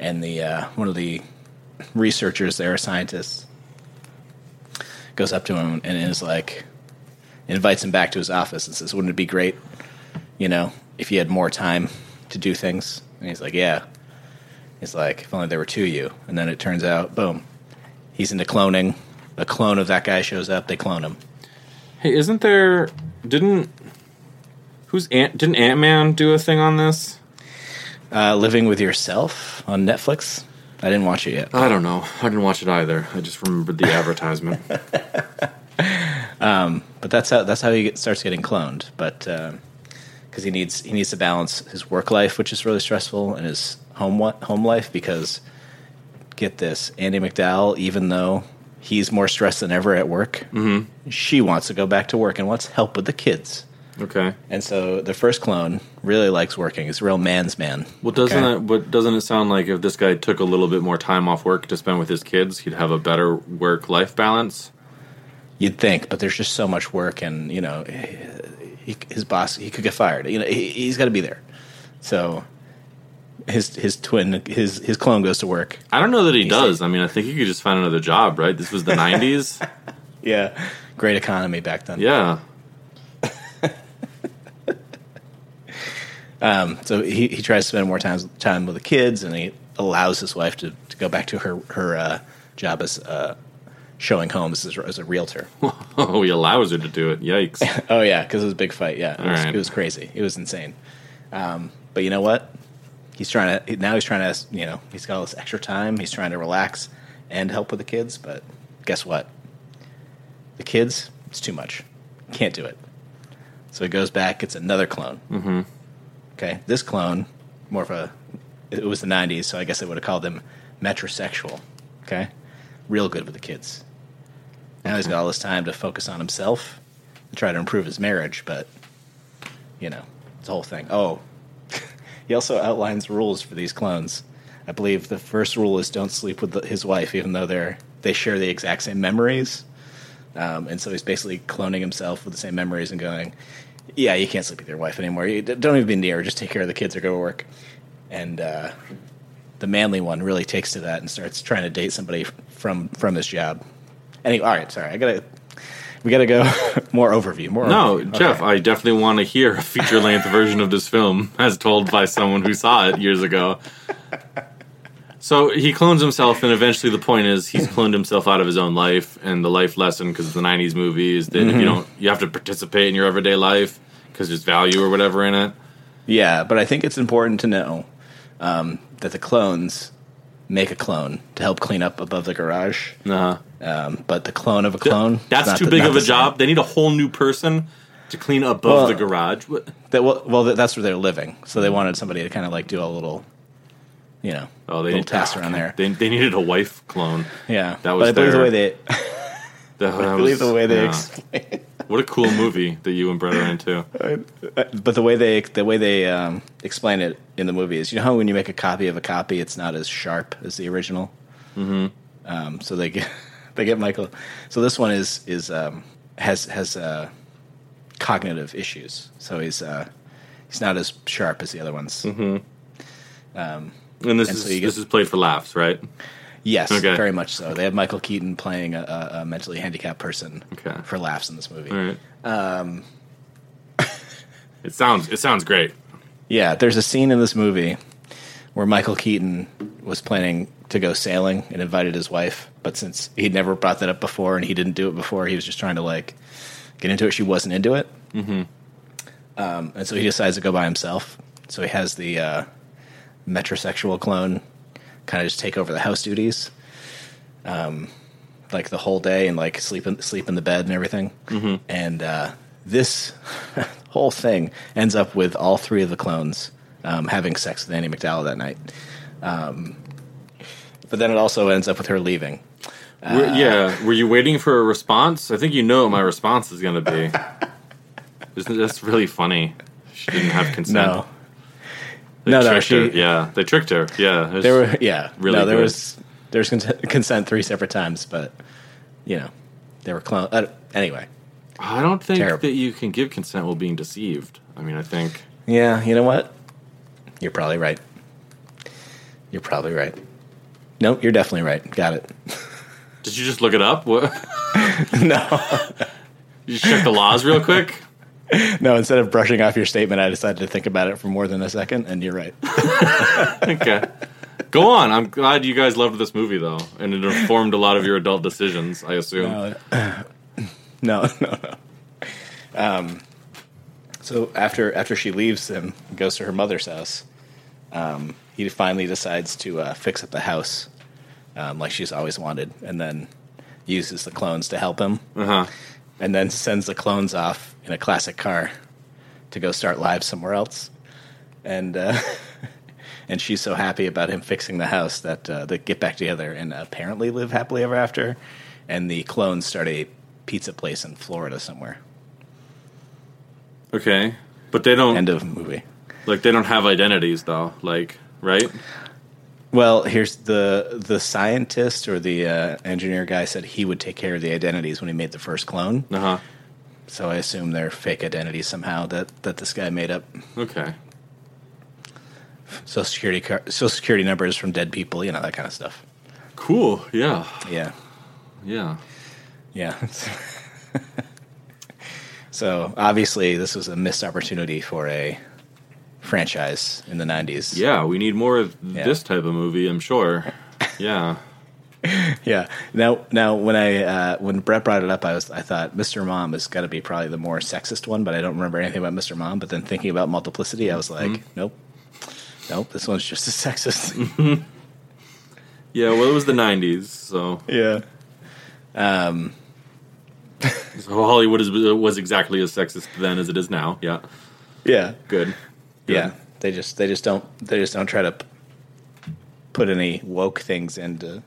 S1: and the uh, one of the researchers there, scientists, goes up to him and is like, invites him back to his office and says, "Wouldn't it be great you know, if you had more time to do things. And he's like, yeah. He's like, if only there were two of you. And then it turns out, boom, he's into cloning. A clone of that guy shows up. They clone him.
S2: Hey, isn't there? Didn't who's Ant? Didn't Ant Man do a thing on this?
S1: Uh, Living with Yourself on Netflix. I didn't watch it yet.
S2: I don't know. I didn't watch it either. I just remembered the advertisement.
S1: but that's how that's how he get, starts getting cloned. But because he needs he needs to balance his work life, which is really stressful, and his home wa- home life because get this, Andy McDowell, even though he's more stressed than ever at work, she wants to go back to work and wants help with the kids.
S2: okay.
S1: And so the first clone really likes working. He's a real man's man.
S2: Well, doesn't
S1: Okay.
S2: it? What doesn't it sound like? If this guy took a little bit more time off work to spend with his kids, he'd have a better work-life balance.
S1: You'd think, but there's just so much work, and you know, he, his boss he could get fired. You know, he, he's got to be there. So his his twin his his clone goes to work.
S2: I don't know that he does. I mean, I think he could just find another job, right? This was the '90s.
S1: Yeah, great economy back then.
S2: Yeah.
S1: So he, he tries to spend more time time with the kids, and he allows his wife to, to go back to her her uh, job as uh, showing homes as, as a realtor.
S2: Oh, he allows her to do it. Yikes.
S1: Oh yeah, because it was a big fight. Yeah, it
S2: All
S1: was,
S2: right.
S1: it was crazy. It was insane. Um, but you know what? He's trying to now. He's trying to you know he's got all this extra time. He's trying to relax and help with the kids. But guess what? The kids, it's too much. Can't do it. So he goes back. Gets another clone. Mm-hmm. Okay, this clone more of a. It was the '90s, so I guess I would have called them metrosexual. Okay, real good with the kids. Now he's got all this time to focus on himself and try to improve his marriage, but you know, it's the whole thing. Oh, he also outlines rules for these clones. I believe the first rule is don't sleep with the, his wife, even though they're they share the exact same memories. Um, and so he's basically cloning himself with the same memories and going, "Yeah, you can't sleep with your wife anymore. You d- don't even be near. her. Just take care of the kids or go to work." And uh, the manly one really takes to that and starts trying to date somebody f- from from his job. Anyway, all right, sorry, I gotta we gotta go more overview. More
S2: No,
S1: overview. Okay.
S2: Jeff, I definitely want to hear a feature length version of this film as told by someone who saw it years ago. So he clones himself, and eventually the point is he's cloned himself out of his own life. And the life lesson, because of the '90s movie, is that if
S1: Mm-hmm.
S2: you don't, you have to participate in your everyday life because there's value or whatever in it.
S1: Yeah, but I think it's important to know um, that the clones make a clone to help clean up above the garage.
S2: Uh-huh.
S1: Um, but the clone of a clone is
S2: That's
S1: not
S2: too
S1: the-
S2: big
S1: not
S2: of
S1: the
S2: a
S1: same.
S2: job. They need a whole new person to clean above
S1: Well-
S2: the garage. What?
S1: That, well, well, that- that's where they're living, so they wanted somebody to kind of like do a little, you know,
S2: Oh, they
S1: little
S2: need
S1: task around there.
S2: They, they needed a wife clone.
S1: yeah,
S2: that
S1: But
S2: was
S1: I believe
S2: their-
S1: the way they,
S2: That- that
S1: I believe
S2: was-
S1: the way they,
S2: yeah.
S1: ex-
S2: What a cool movie that you and Brett are into.
S1: Uh, but the way they, the way they um, explain it in the movie is, you know, how when you make a copy of a copy, it's not as sharp as the original. Mm-hmm. Um, so they get, they get Michael. So this one is is um, has has uh, cognitive issues. So he's uh, he's not as sharp as the other ones.
S2: Mm-hmm. And this
S1: And
S2: is
S1: so you get-
S2: this is played for laughs, right?
S1: Yes,
S2: Okay.
S1: very much so. They have Michael Keaton playing a, a, a mentally handicapped person
S2: Okay.
S1: for laughs in this movie.
S2: All right. Um, it sounds it sounds great.
S1: Yeah, there's a scene in this movie where Michael Keaton was planning to go sailing and invited his wife, but since he'd never brought that up before and he didn't do it before, he was just trying to like get into it. She wasn't into it, mm-hmm. um, and so he decides to go by himself. So he has the uh, metrosexual clone kind of just take over the house duties, um, like the whole day, and like sleep in, sleep in the bed and everything. And uh, this whole thing ends up with all three of the clones um, having sex with Annie McDowell that night. Um, but then it also ends up with her leaving.
S2: Were-
S1: Uh.
S2: yeah, were you waiting for a response? I think you know what my response is going to be. Isn't that's really funny? She didn't have consent.
S1: No,
S2: They
S1: No, no,
S2: tricked
S1: she-
S2: her. yeah, they tricked her. Yeah, it's-
S1: there were yeah,
S2: Really
S1: no, there
S2: good.
S1: was there was consent, consent three separate times, but you know they were clone. Uh, anyway,
S2: I don't think
S1: Terrible.
S2: that you can give consent while being deceived. I mean, I think
S1: yeah, you know what? You're probably right. You're probably right. No, you're definitely right. Got it.
S2: did you just look it up? What?
S1: no,
S2: You check the laws real quick.
S1: no. Instead of brushing off your statement, I decided to think about it for more than a second, and you're right.
S2: Okay. Go on. I'm glad you guys loved this movie, though, and it informed a lot of your adult decisions. I assume.
S1: No, no, no, no. Um, so after after she leaves him, and goes to her mother's house. Um, he finally decides to uh, fix up the house, um, like she's always wanted, and then uses the clones to help him,
S2: Uh huh.
S1: and then sends the clones off in a classic car to go start lives somewhere else, and. Uh, And she's so happy about him fixing the house that uh, they get back together and apparently live happily ever after. And the clones start a pizza place in Florida somewhere.
S2: Okay. But they don't
S1: End of movie.
S2: like they don't have identities though, like right?
S1: Well, here's the the scientist or the uh, engineer guy said he would take care of the identities when he made the first clone.
S2: Uh huh.
S1: So I assume they're fake identities somehow that that this guy made up.
S2: Okay.
S1: Social security car- social security numbers from dead people, you know that kind of stuff.
S2: Cool. Yeah.
S1: Yeah.
S2: Yeah.
S1: Yeah. so obviously, this was a missed opportunity for a franchise in the 90s.
S2: Yeah, we need more of
S1: Yeah.
S2: this type of movie, I'm sure. Yeah.
S1: Yeah. Now, now when I uh, when Brett brought it up, I was I thought Mr. Mom has got to be probably the more sexist one, but I don't remember anything about Mr. Mom. But then thinking about multiplicity, I was like, nope, nope, this one's just as sexist.
S2: Yeah, well, it was the 90s, so,
S1: yeah.
S2: so Hollywood is, was exactly as sexist then as it is now. Yeah,
S1: Yeah.
S2: good. Good.
S1: Yeah. They just they just don't they just don't try to p- put any woke things into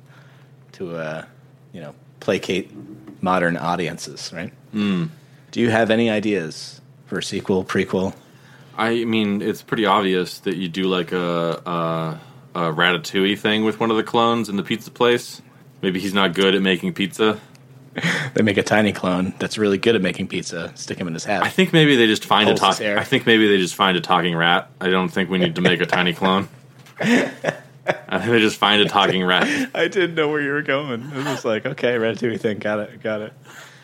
S1: to uh, you know placate modern audiences, right? Hmm. Do you have any ideas for a sequel, prequel?
S2: I mean, it's pretty obvious that you do like a, a, a ratatouille thing with one of the clones in the pizza place. Maybe he's not good at making pizza.
S1: They make a tiny clone that's really good at making pizza, stick him in his hat.
S2: I think maybe they just find a
S1: Holds his
S2: talk.
S1: hair.
S2: I think maybe they just find a talking rat. I don't think we need to make a tiny clone. I think they just find a talking rat.
S1: I didn't know where you were going. It was just like, okay, Ratatouille thing, got it, got it.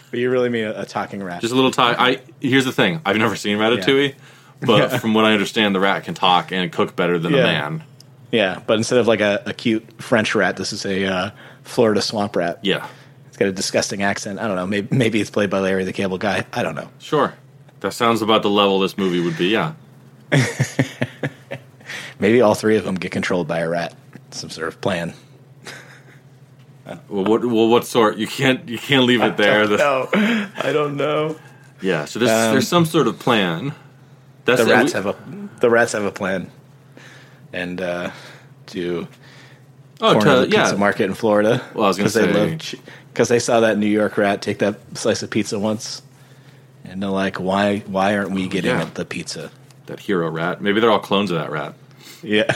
S1: But you really mean a, a talking rat?
S2: Just a little talk. I here's the thing. I've never seen Ratatouille, but
S1: Yeah.
S2: from what I understand, the rat can talk and cook better than
S1: Yeah.
S2: a man.
S1: yeah, but instead of like a, a cute French rat, this is a uh, Florida swamp rat.
S2: Yeah,
S1: It's got a disgusting accent. I don't know. Maybe maybe it's played by Larry the Cable Guy. I don't know.
S2: sure. That sounds about the level this movie would be. Yeah.
S1: Maybe all three of them get controlled by a rat. Some sort of plan.
S2: Well, what well what sort? You can't you can't leave it there. The- Um,
S1: No, I don't know.
S2: Yeah, so there's there's some sort of plan. That's
S1: The
S2: it.
S1: rats
S2: We-
S1: have a the rats have a plan, and uh, to
S2: oh,
S1: corner
S2: to,
S1: of the
S2: yeah.
S1: pizza market in Florida.
S2: Well, I was gonna say-
S1: because they saw that New York rat take that slice of pizza once, and they're like, "Why? Why aren't we getting
S2: Oh, yeah.
S1: at the pizza?"
S2: that hero rat. Maybe they're all clones of that rat.
S1: Yeah,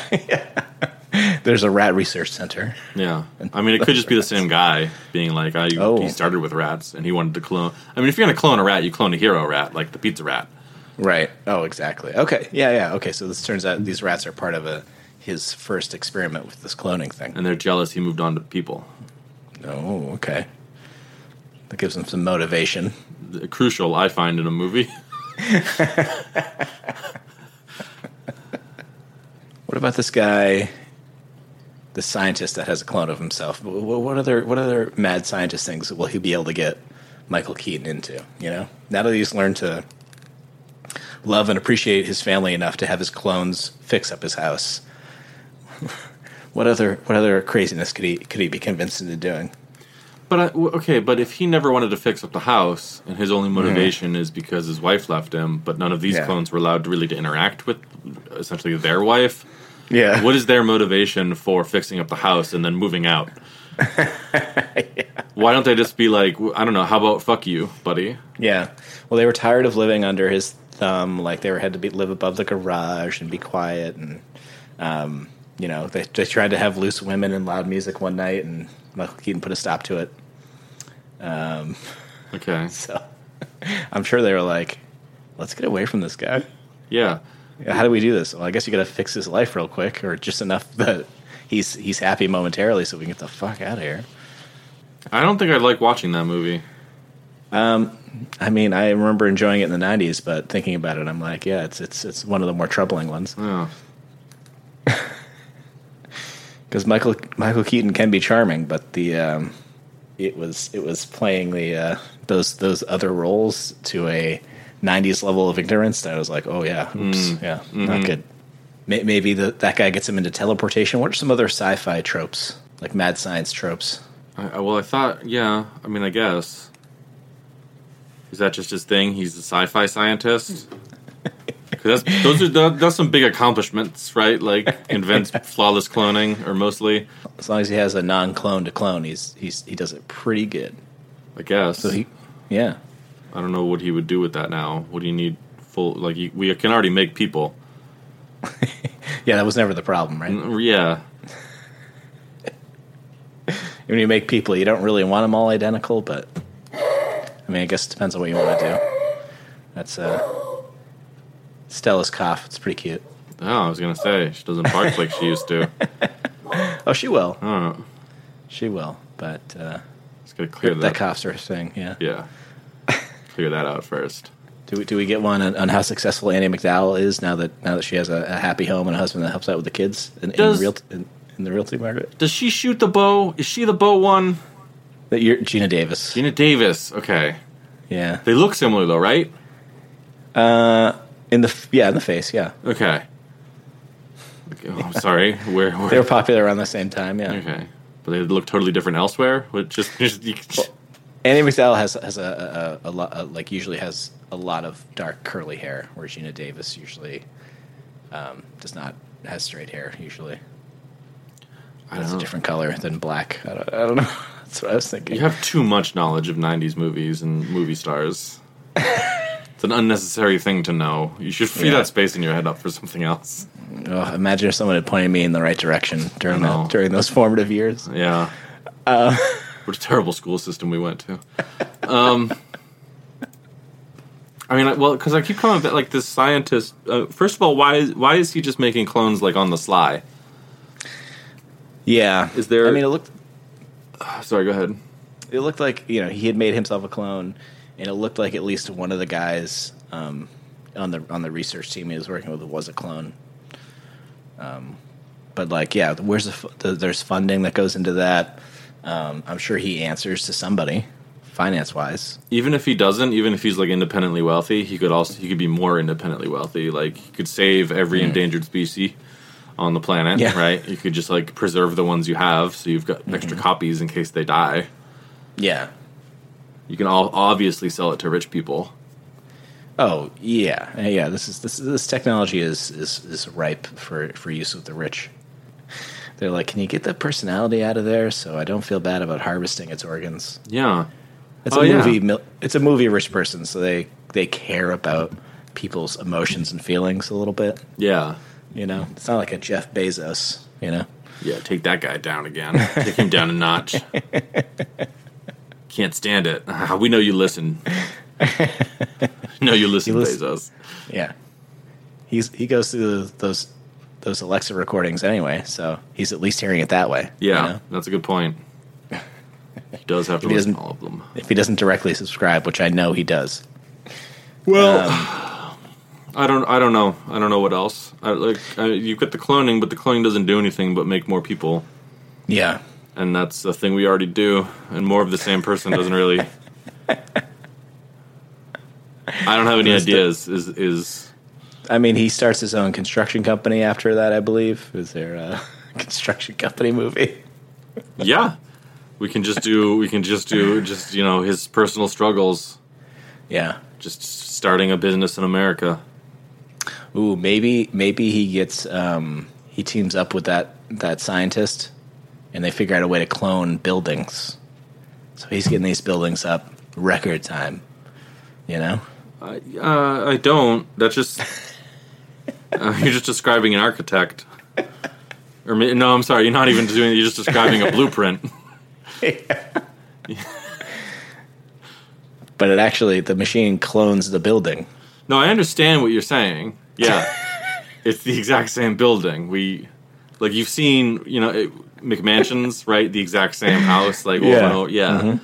S1: there's a rat research center.
S2: Yeah, I mean it could just be the same guy being like, I
S1: Oh.
S2: he started with rats and he wanted to clone. I mean, if you're gonna clone a rat, you clone a hero rat, like the pizza rat.
S1: Right. Oh, exactly. Okay. Yeah. Yeah. Okay. So this turns out these rats are part of a his first experiment with this cloning thing.
S2: And they're jealous he moved on to people.
S1: Oh, okay. That gives them some motivation.
S2: The- Crucial, I find in a movie.
S1: What about this guy, the scientist that has a clone of himself? Wh- wh- What other what other mad scientist things will he be able to get Michael Keaton into? You know, now that he's learned to love and appreciate his family enough to have his clones fix up his house, what other what other craziness could he could he be convinced into doing?
S2: But I, w- okay, but if he never wanted to fix up the house and his only motivation is because his wife left him, but none of these
S1: Yeah.
S2: clones were allowed to really to interact with essentially their wife.
S1: Yeah,
S2: What is their motivation for fixing up the house and then moving out? Why don't they just be like, I don't know, how about fuck you, buddy?
S1: yeah. Well, they were tired of living under his thumb. Like they were had to be, live above the garage and be quiet and. um, you know, they, they tried to have loose women and loud music one night, and Michael Keaton put a stop to it.
S2: Okay.
S1: So I'm sure they were like, let's get away from this guy.
S2: Yeah.
S1: How do we do this? Well, I guess you got to fix his life real quick, or just enough that he's he's happy momentarily, so we can get the fuck out of here.
S2: I don't think I'd like watching that movie.
S1: I mean, I remember enjoying it in the '90s, but thinking about it, I'm like, yeah, it's it's it's one of the more troubling ones
S2: Yeah.
S1: because Michael Michael Keaton can be charming, but the um, it was it was playing the uh, those those other roles to a 90s level of ignorance that I was like, oh yeah, oops, yeah, not good. May- Maybe the, that guy gets him into teleportation. What are some other sci-fi tropes, like mad science tropes?
S2: I, I, well, I thought, yeah, I mean, I guess. Is that just his thing? He's a sci fi scientist? 'Cause that's, those are tha- that's some big accomplishments, right? Like invents flawless cloning, or mostly,
S1: As long as he has a non-clone to clone, he's he's he does it pretty good.
S2: I guess.
S1: So he, yeah,
S2: I don't know what he would do with that now. What do you need full? Like you, we can already make people.
S1: yeah, that was never the problem, right?
S2: Mm, Yeah,
S1: When you make people, you don't really want them all identical, but I mean, I guess it depends on what you want to do. That's uh, Stella's cough. It's pretty cute.
S2: oh, I was gonna say she doesn't bark like she used to.
S1: Oh, she will.
S2: Oh,
S1: She will. But uh,
S2: it's gonna clear
S1: that
S2: that.
S1: cough's her thing. Yeah.
S2: yeah, clear that out first.
S1: Do we, do we get one on, on how successful Annie McDowell is now that now that she has a, a happy home and a husband that helps out with the kids in, in,
S2: Does-
S1: real, in, in the realty market?
S2: Does she shoot the bow? Is she the bow one?
S1: That you're Gina Davis.
S2: Gina Davis. Okay.
S1: Yeah.
S2: They look similar though, right?
S1: In the f- yeah, in the face, yeah.
S2: Okay. Okay, oh, I'm sorry. Where? where?
S1: They were popular around the same time, yeah.
S2: okay. But they look totally different elsewhere. Which just, just you-
S1: Annie McDowell has has a a, a, lot like usually has a lot of dark curly hair, where Gina Davis usually um, does not has straight hair. Usually,
S2: I
S1: it's
S2: don't
S1: a
S2: know.
S1: different color than black. I don't, I don't know. That's what I was thinking.
S2: You have too much knowledge of '90s movies and movie stars. it's an unnecessary thing to know. You should free
S1: Yeah.
S2: that space in your head up for something else.
S1: Ugh, Oh, imagine if someone had pointed me in the right direction during
S2: I know.
S1: that, during those formative years.
S2: Yeah. what a terrible school system we went to. Um, I mean, like, well, because I keep coming back, like this scientist. Uh, first of all, why is why is he just making clones like on the sly?
S1: Yeah,
S2: Is there-
S1: I mean, it looked
S2: Uh, Sorry, go ahead.
S1: it looked like you know he had made himself a clone, and it looked like at least one of the guys um, on the on the research team he was working with was a clone. Um, but like, yeah, where's the, fu- the there's funding that goes into that. Um, I'm sure he answers to somebody, finance wise.
S2: Even if he doesn't, even if he's like independently wealthy, he could also he could be more independently wealthy. Like he could save every endangered species on the planet,
S1: Yeah.
S2: right? You could just like preserve the ones you have, so you've got extra copies in case they die.
S1: Yeah.
S2: You can all obviously sell it to rich people.
S1: Oh yeah, Uh, yeah. This is this this technology is is is ripe for for use with the rich. They're like, can you get that personality out of there so I don't feel bad about harvesting its organs?
S2: Yeah.
S1: It's
S2: Oh,
S1: a
S2: yeah.
S1: movie. mil It's a movie. Rich person, so they they care about people's emotions and feelings a little bit.
S2: Yeah.
S1: You know, it's not like a Jeff Bezos. You know,
S2: Yeah, take that guy down again. take him down a notch. Can't stand it. Ah, we know you listen. no, you listen,
S1: You listen.
S2: Bezos.
S1: yeah. He's he goes through those those Alexa recordings anyway, so he's at least hearing it that way. you
S2: Yeah,
S1: know?
S2: that's a good point. He does have to
S1: If he
S2: listen
S1: doesn't-
S2: to all of them.
S1: If he doesn't directly subscribe, which I know he does.
S2: Well, I don't. I don't know. I don't know what else. I, like I, you've got the cloning, but the cloning doesn't do anything but make more people,
S1: Yeah.
S2: and that's a thing we already do. And more of the same person doesn't really. I don't have any
S1: There's the-
S2: ideas. Is is
S1: I mean, he starts his own construction company after that, I believe. Is there a construction company movie?
S2: yeah we can just do we can just do just you know his personal struggles
S1: Yeah.
S2: just starting a business in america
S1: Ooh, maybe maybe he gets um, he teams up with that that scientist, and they figure out a way to clone buildings. So he's getting these buildings up record time. You know?
S2: uh, i don't that's just uh, you're just describing an architect or ma- no i'm sorry you're not even doing you're just describing a blueprint
S1: But it actually the machine clones the building.
S2: no i understand what you're saying yeah it's the exact same building we like you've seen you know it, mcmansions right the exact same house like over
S1: Yeah.
S2: and over- yeah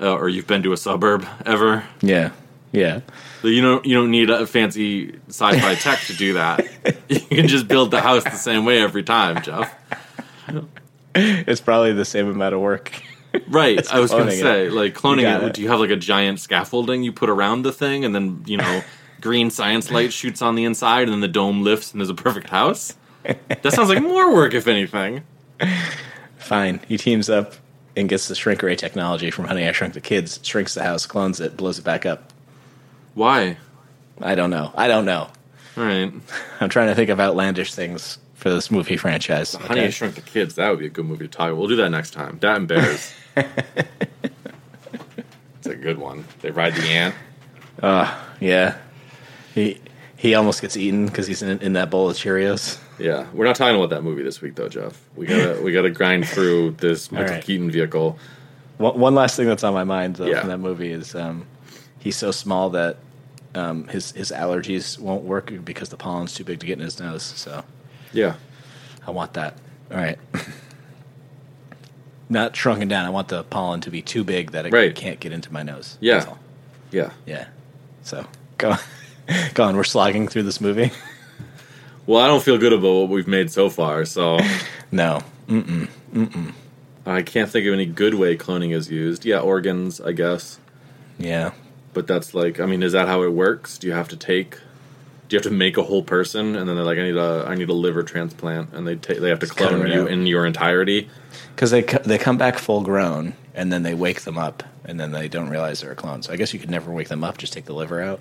S2: uh, or you've been to a suburb ever
S1: Yeah. Yeah.
S2: You don't you don't need a fancy sci-fi tech to do that. You can just build the house the same way every time, Jeff.
S1: It's probably the same amount of work.
S2: Right. I was going to
S1: cloning it.
S2: say like
S1: You
S2: cloning
S1: got
S2: it,
S1: it.
S2: Do you have like a giant scaffolding you put around the thing, and then you know green science light shoots on the inside, and then the dome lifts, and there's a perfect house? That sounds like more work, if anything.
S1: Fine. He teams up and gets the shrink ray technology from Honey I Shrunk the Kids, shrinks the house, clones it, blows it back up.
S2: Why?
S1: I don't know. I don't know.
S2: All right.
S1: I'm trying to think of outlandish things for this movie franchise.
S2: Honey, I
S1: okay?
S2: Shrunk the Kids. That would be a good movie to talk about. We'll do that next time. That and Bears. it's a good one. They ride the ant.
S1: Yeah, he he almost gets eaten because he's in, in that bowl of Cheerios.
S2: Yeah, we're not talking about that movie this week, though, Jeff. We gotta we gotta grind through this Michael
S1: right.
S2: Keaton vehicle.
S1: One, one last thing that's on my mind though,
S2: Yeah.
S1: from that movie is um, he's so small that um, his his allergies won't work because the pollen's too big to get in his nose. So
S2: Yeah,
S1: I want that. All right. Not shrunken down. I want the pollen to be too big that it
S2: Right.
S1: can't get into my nose.
S2: Yeah.
S1: That's all.
S2: yeah.
S1: Yeah. So Go, go on. We're slogging through this movie.
S2: Well, I don't feel good about what we've made so far, so
S1: No.
S2: I can't think of any good way cloning is used. Yeah, organs, I guess.
S1: Yeah.
S2: But that's like, I mean, is that how it works? Do you have to take? Do you have to make a whole person, and then they're like, "I need a, I need a liver transplant," and they take, they have to
S1: cut
S2: clone
S1: it
S2: you
S1: out.
S2: in your entirety.
S1: Because they co- they come back full grown, and then they wake them up, and then they don't realize they're a clone. So I guess you could never wake them up; just take the liver out.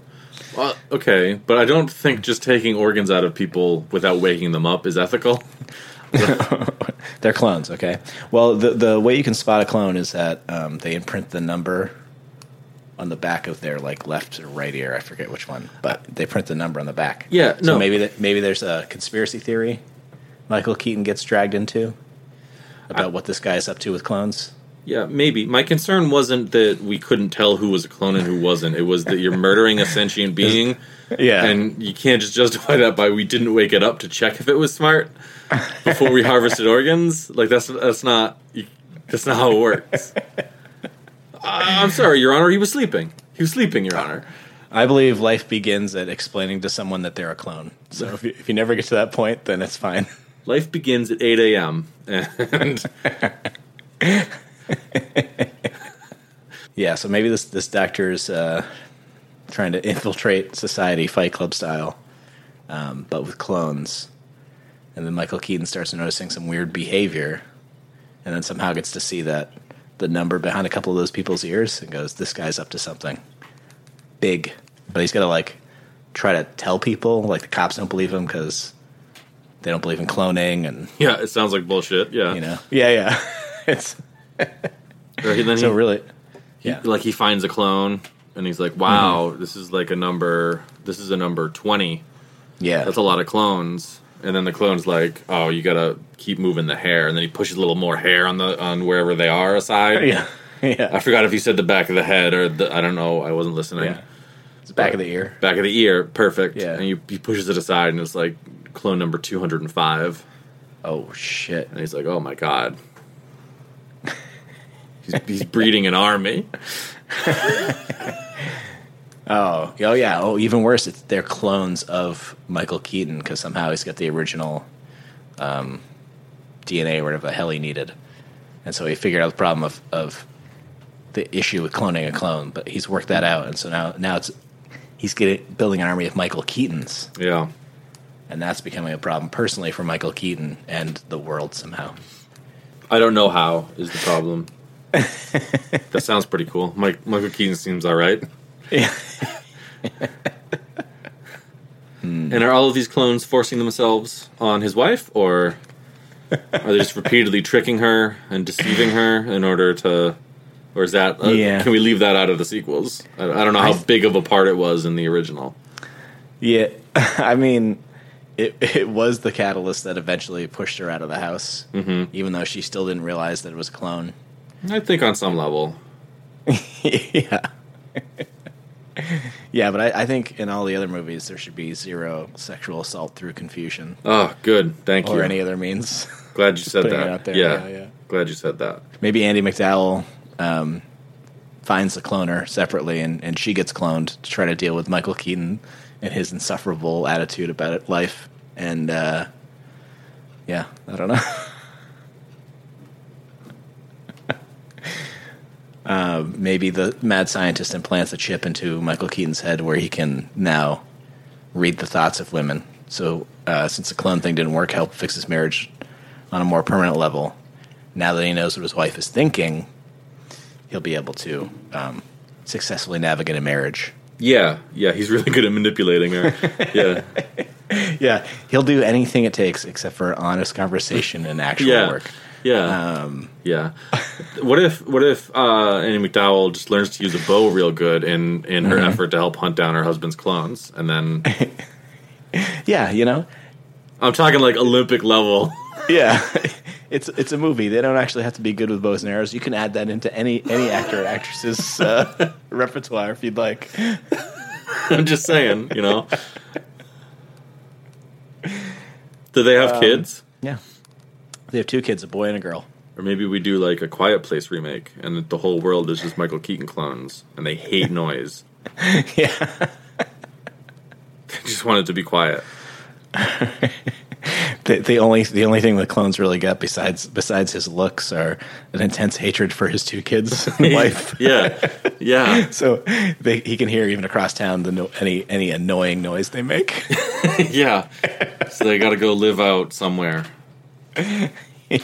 S2: Well, okay, but I don't think just taking organs out of people without waking them up is ethical.
S1: They're clones, okay? Well, the the way you can spot a clone is that um, they imprint the number on the back of their like left or right ear. I forget which one, but they print the number on the back.
S2: Yeah,
S1: So
S2: no.
S1: maybe that maybe there's a conspiracy theory Michael Keaton gets dragged into about what this guy is up to with clones.
S2: Yeah, maybe. My concern wasn't that we couldn't tell who was a clone and who wasn't. It was that you're murdering a sentient being,
S1: Yeah,
S2: and you can't just justify that by we didn't wake it up to check if it was smart before we harvested organs. Like that's that's not you- that's not how it works. I, I'm sorry, Your Honor. He was sleeping. He was sleeping, Your Honor.
S1: I believe life begins at explaining to someone that they're a clone. So if you, if you never get to that point, then it's fine.
S2: Life begins at 8 a.m. and
S1: Yeah, so maybe this this doctor is uh, trying to infiltrate society, Fight Club style, um, but with clones. And then Michael Keaton starts noticing some weird behavior, and then somehow gets to see that the number behind a couple of those people's ears, and goes, "This guy's up to something big." But he's got to like try to tell people, like the cops don't believe him because they don't believe in cloning, and
S2: yeah, it sounds like bullshit. Yeah,
S1: you know, yeah, yeah, it's
S2: Or he- then
S1: so
S2: he-
S1: really,
S2: He-
S1: yeah, Mm-hmm.
S2: like he finds a clone and he's like, "Wow, this is like a number. This is a number twenty.
S1: yeah,
S2: That's a lot of clones." And then the clone's like, "Oh, you gotta keep moving the hair." And then he pushes a little more hair on the on wherever they are aside.
S1: yeah, yeah.
S2: I forgot if he said the back of the head or the I don't know. I wasn't listening.
S1: Yeah. It's back of the ear.
S2: Back of the ear, perfect.
S1: Yeah.
S2: And he, he pushes it aside and it's like clone number two hundred and five.
S1: Oh shit.
S2: And he's like, "Oh my god." He's, he's breeding an army.
S1: Oh, oh yeah. Oh, even worse, it's they're clones of Michael Keaton because somehow he's got the original um, DNA or whatever the hell he needed, and so he figured out the problem of of the issue with cloning a clone. But he's worked that out, and so now now it's he's getting building an army of Michael Keatons,
S2: Yeah.
S1: and that's becoming a problem personally for Michael Keaton and the world somehow.
S2: I don't know how is the problem. that sounds pretty cool. Mike Michael Keaton seems all right.
S1: Yeah. Hmm.
S2: And are all of these clones forcing themselves on his wife, or are they just repeatedly tricking her and deceiving her in order to? Or is that? Uh,
S1: Yeah.
S2: Can we leave that out of the sequels? I, I don't know how
S1: I-
S2: big of a part it was in the original.
S1: Yeah, I mean, it it was the catalyst that eventually pushed her out of the house, mm-hmm. even though she still didn't realize that it was a clone.
S2: I think on some level,
S1: yeah, yeah, but I, I think in all the other movies there should be zero sexual assault through confusion
S2: oh, good. Thank
S1: or
S2: you.
S1: any other means.
S2: Glad you said
S1: putting it
S2: that.
S1: out there.
S2: Yeah.
S1: Yeah, yeah.
S2: Glad you said that.
S1: Maybe Andy McDowell um, finds the cloner separately, and and she gets cloned to try to deal with Michael Keaton and his insufferable attitude about it, life, and uh, yeah, I don't know. Uh, maybe the mad scientist implants a chip into Michael Keaton's head where he can now read the thoughts of women. So, uh, since the clone thing didn't work, help fix his marriage on a more permanent level. Now that he knows what his wife is thinking, he'll be able to um, successfully navigate a marriage.
S2: Yeah. Yeah. He's really good at manipulating her. yeah.
S1: Yeah, he'll do anything it takes except for honest conversation and actual
S2: yeah.
S1: work.
S2: Yeah. yeah. What if what if uh, Annie McDowell just learns to use a bow real good in in her effort to help hunt down her husband's clones, and then
S1: Yeah, you know,
S2: I'm talking like Olympic level.
S1: yeah it's it's a movie they don't actually have to be good with bows and arrows you can add that into any any actor or actress's uh, repertoire if you'd like
S2: I'm just saying, you know. Do they have kids?
S1: yeah they have two kids a boy and a girl
S2: Or maybe we do like a Quiet Place remake, and the whole world is just Michael Keaton clones, and they hate noise.
S1: yeah
S2: just wanted to be quiet.
S1: the, the only the only thing the clones really got besides besides his looks are an intense hatred for his two kids and wife.
S2: yeah, yeah,
S1: So they, he can hear even across town the no, any any annoying noise they make.
S2: yeah. So they got to go live out somewhere, and they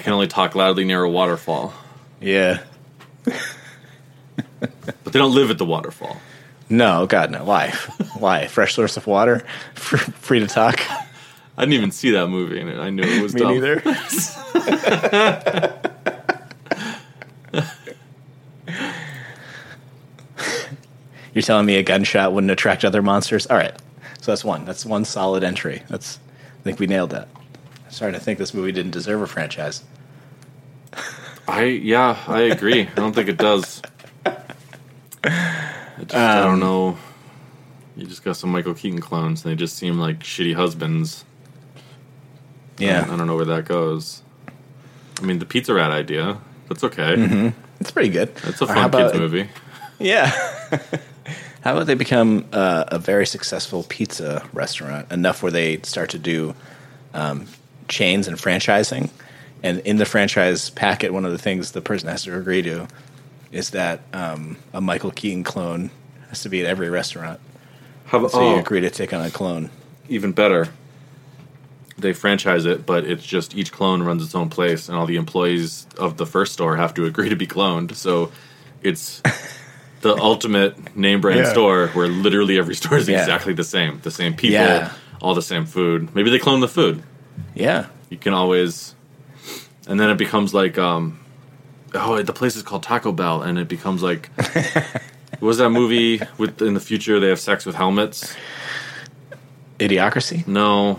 S2: can only talk loudly near a waterfall.
S1: yeah.
S2: But they don't live at the waterfall.
S1: No, God, no. Why? Why? Fresh source of water, Fr- free to talk.
S2: I didn't even see that movie, and I knew it was
S1: Me
S2: dumb.
S1: neither. You're telling me a gunshot wouldn't attract other monsters? All right. So that's one. That's one solid entry. That's. I think we nailed that. I'm starting to think this movie didn't deserve a franchise.
S2: I yeah, I agree. I don't think it does. I, just, I
S1: Um,
S2: don't know. You just got some Michael Keaton clones, and they just seem like shitty husbands. I don't, I
S1: Yeah,
S2: don't know where that goes. I mean, the pizza rat idea. That's okay.
S1: it's pretty good.
S2: That's a
S1: Mm-hmm. Or how
S2: fun
S1: about-
S2: kids movie.
S1: Yeah. How about they become uh, a very successful pizza restaurant enough where they start to do um, chains and franchising, and in the franchise packet, one of the things the person has to agree to is that um, a Michael Keaton clone has to be at every restaurant.
S2: How about,
S1: So
S2: oh,
S1: you agree to take on a clone.
S2: even better. They franchise it, but it's just each clone runs its own place, and all the employees of the first store have to agree to be cloned. So it's the ultimate name brand
S1: Yeah.
S2: store where literally every store is
S1: Yeah.
S2: exactly the same, the same people,
S1: Yeah.
S2: all the same food. Maybe they clone the food.
S1: Yeah.
S2: You can always, and then it becomes like, um, oh, the place is called Taco Bell, and it becomes like, what was that movie with in the future they have sex with helmets?
S1: Idiocracy?
S2: No,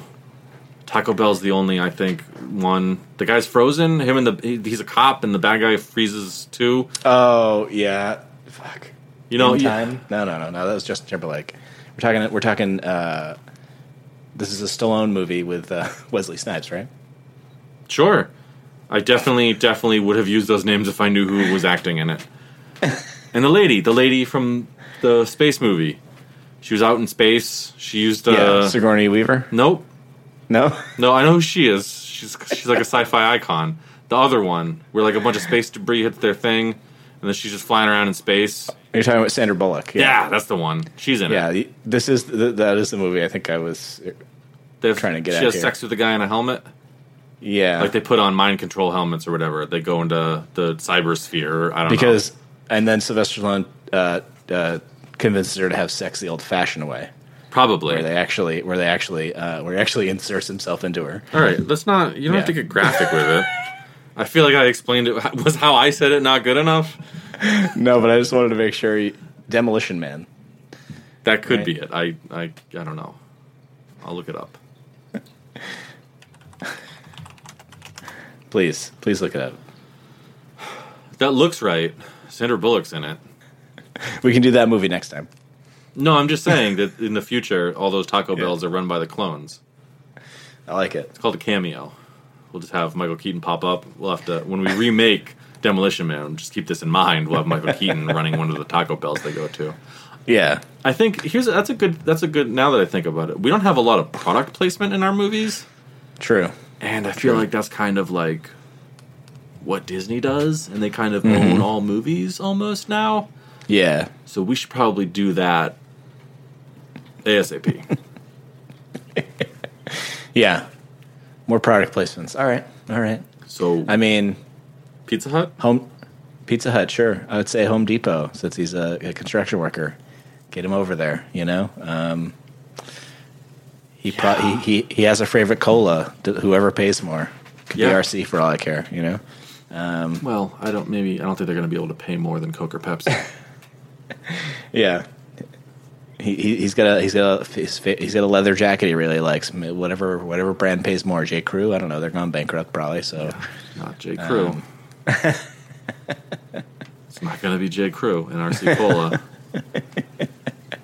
S2: Taco Bell's the only I think one. The guy's frozen. Him and the he- he's a cop, and the bad guy freezes too.
S1: Oh, yeah. Fuck.
S2: You know,
S1: In
S2: you-
S1: time? No, no, no, no. That was Justin Timberlake. We're talking. We're talking. Uh, this is a Stallone movie with uh, Wesley Snipes, right?
S2: sure. I definitely, definitely would have used those names if I knew who was acting in it. And the lady, the lady from the space movie, she was out in space. She used uh,
S1: Sigourney Weaver.
S2: nope,
S1: No.
S2: no, I know who she is. She's she's like a sci-fi icon. The other one, where like a bunch of space debris hits their thing, and then she's just flying around in space.
S1: You're talking about Sandra Bullock.
S2: Yeah, that's the one. She's in it.
S1: Yeah. the- This is the, that is the movie I think I was.
S2: They're
S1: trying to get
S2: She
S1: at
S2: has
S1: here.
S2: sex with a guy in a helmet.
S1: Yeah.
S2: Like they put on mind control helmets or whatever. They go into the cyber sphere. I don't know.
S1: because and then Sylvester Stallone uh, uh, convinces her to have sex the old-fashioned way,
S2: probably.
S1: where they actually where they actually uh, where he actually inserts himself into her.
S2: All right, let's not. You don't have to
S1: Yeah.
S2: get graphic with it. I feel like I explained it. Was how I said it not good enough?
S1: No, but I just wanted to make sure. He, Demolition Man.
S2: That could
S1: Right.
S2: be it. I, I I don't know. I'll look it up.
S1: Please, please look it up.
S2: That looks right. Sandra Bullock's in it.
S1: We can do that movie next time.
S2: No, I'm just saying that in the future, all those Taco Bells are run by the clones.
S1: I like it.
S2: It's called a cameo. We'll just have Michael Keaton pop up. We'll have to when we remake Demolition Man. Just keep this in mind. We'll have Michael Keaton running one of the Taco Bells they go to.
S1: Yeah.
S2: I think here's that's a good that's a good now that I think about it. We don't have a lot of product placement in our movies,
S1: True.
S2: and I feel like that's kind of like what Disney does, and they kind of own all movies almost now.
S1: Yeah.
S2: So we should probably do that ASAP.
S1: Yeah. More product placements. All right. All right.
S2: So
S1: I mean,
S2: Pizza Hut.
S1: home Pizza Hut, sure. I would say Home Depot since he's a, a construction worker. Get him over there, you know? Um, he, pro- he, he he has a favorite cola. D- Whoever pays more, could
S2: Yeah.
S1: be RC for all I care. You know,
S2: Well, I don't maybe I don't think they're going to be able to pay more than Coke or Pepsi.
S1: yeah. He he- he's got a he's got a his fa- he's got a leather jacket he really likes. M- Whatever whatever brand pays more, J Crew. I don't know. They're gone bankrupt probably. So
S2: Not J. Crew. it's not gonna be J. Crew and RC Cola.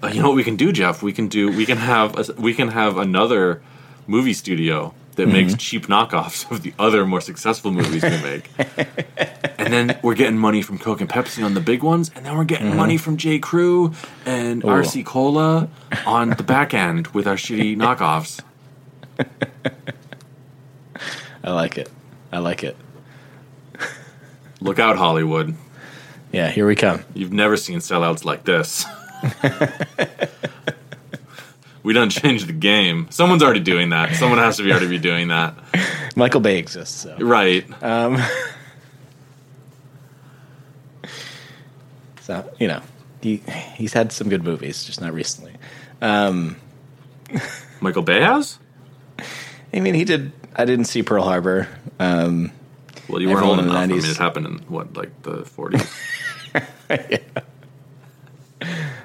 S2: Uh, you know what we can do, Jeff? We can do. We can have. A, we can have another movie Mm-hmm. studio that makes cheap knockoffs of the other more successful movies we make, and and then we're getting money from Coke and Pepsi on the big ones, and then we're getting money from J. Crew and RC Cola on the back end with our shitty knockoffs.
S1: I like it. I like it.
S2: Look out, Hollywood.
S1: Yeah, here we come.
S2: You've never seen sellouts like this. we done changed the game. Someone's already doing that. Someone has to be already be doing that.
S1: Michael Bay exists. So.
S2: Right.
S1: Um, so you know, he he's had some good movies, just not recently. Um,
S2: Michael Bay has?
S1: I mean, he did. I didn't see Pearl Harbor. Um,
S2: Well, you weren't
S1: Everyone
S2: old
S1: in the
S2: enough. I mean,
S1: 90s.
S2: it happened in, what, like the 40s?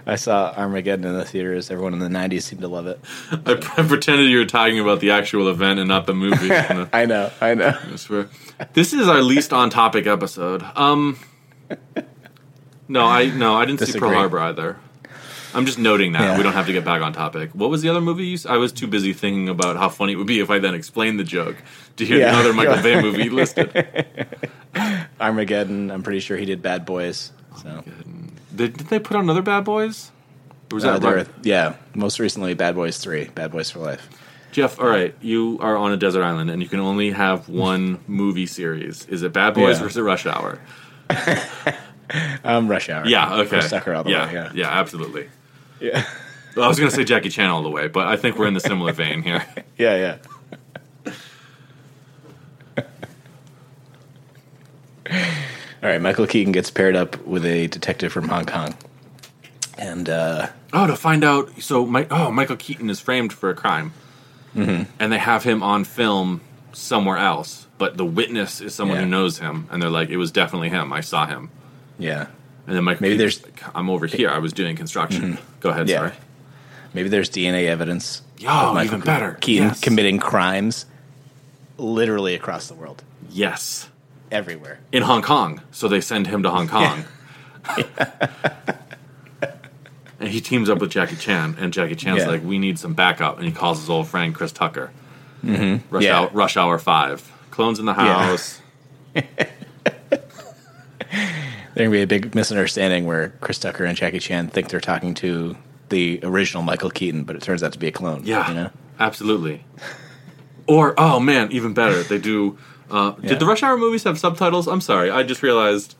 S1: I saw Armageddon in the theaters. Everyone in the '90s seemed to love it.
S2: I pre- pretended you were talking about the actual event and not the movie. I
S1: I know. I know.
S2: swear. This is our least on topic episode. Um No, I no, I didn't see
S1: Disagree.
S2: Pearl Harbor either. I'm just noting that.
S1: Yeah.
S2: We don't have to get back on topic. What was the other movie you s- I was too busy thinking about how funny it would be if I then explained the joke to hear
S1: Yeah.
S2: the other Michael Bay movie listed.
S1: Armageddon. I'm pretty sure he did Bad Boys. So
S2: Did, did they put on another Bad Boys? Or was
S1: Uh,
S2: that
S1: there
S2: right?
S1: are- yeah, most recently Bad Boys Three, Bad Boys for Life.
S2: Jeff, all right, you are on a desert island and you can only have one movie series. Is it Bad Boys
S1: Yeah.
S2: or is it Rush Hour?
S1: Um, Rush Hour.
S2: Yeah, okay.
S1: We're sucker all the
S2: yeah,
S1: way, yeah.
S2: yeah, absolutely.
S1: Yeah,
S2: Well, I was going to say Jackie Chan all the way, but I think we're in the similar vein here.
S1: yeah, yeah. All right, Michael Keaton gets paired up with a detective from Hong Kong, and uh,
S2: Oh, to find out. So, my, oh, Michael Keaton is framed for a crime,
S1: Mm-hmm.
S2: and they have him on film somewhere else, but the witness is someone
S1: Yeah.
S2: who knows him, and they're like, "It was definitely him. I saw him."
S1: yeah,
S2: And then Michael,
S1: Maybe
S2: Keaton's
S1: there's- Mm-hmm.
S2: like, "I'm over here. I was doing construction." Go ahead.
S1: Yeah.
S2: Sorry.
S1: maybe there's DNA evidence.
S2: Yeah,
S1: of Michael
S2: even better.
S1: Keaton
S2: Yes.
S1: committing crimes, literally across the world,
S2: Yes.
S1: everywhere.
S2: in Hong Kong, so they send him to Hong Kong. and he teams up with Jackie Chan, and Jackie Chan's
S1: Yeah.
S2: like, "We need some backup," and he calls his old friend Chris Tucker. Mm-hmm. Rush,
S1: Yeah.
S2: hour, Rush Hour Five, clones in the
S1: Yeah.
S2: house.
S1: There can be a big misunderstanding where Chris Tucker and Jackie Chan think they're talking to the original Michael Keaton, but it turns out to be a clone.
S2: Yeah,
S1: you know?
S2: absolutely. Or oh man, even better, they do. Uh,
S1: Yeah.
S2: Did the Rush Hour movies have subtitles? I'm sorry, I just realized.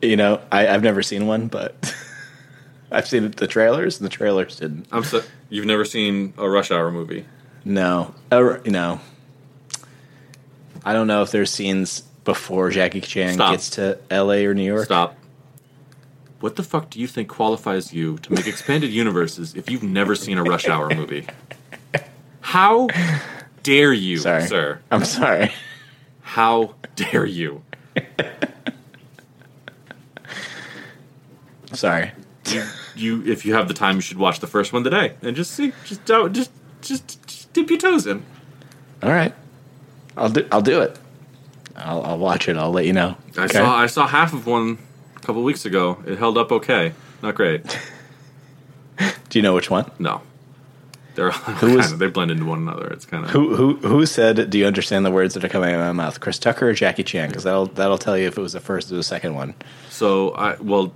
S1: You know, I, I've never seen one, but I've seen the trailers, and the trailers didn't.
S2: I'm so you've never seen a Rush Hour movie.
S1: No, or, you know, I don't know if there's scenes before Jackie Chan
S2: Stop.
S1: gets to L.A. or New York.
S2: Stop. What the fuck do you think qualifies you to make expanded universes if you've never seen a Rush Hour movie? How dare you,
S1: Sorry,
S2: sir?
S1: I'm sorry.
S2: How dare you?
S1: sorry.
S2: You, you, if you have the time, you should watch the first one today and just see, just don't, just, just, just dip your toes in.
S1: All right, I'll do. I'll do it. I'll, I'll watch it. I'll let you know.
S2: I
S1: Okay?
S2: saw, I saw half of one a couple weeks ago. It held up okay, not great.
S1: Do you know which one?
S2: No, they're
S1: Who
S2: kind
S1: was-
S2: of they blend into one another. It's kind of
S1: Who who who said? Do you understand the words that are coming out of my mouth? Chris Tucker or Jackie Chan? Because that'll that'll tell you if it was the first or the second one.
S2: So I well,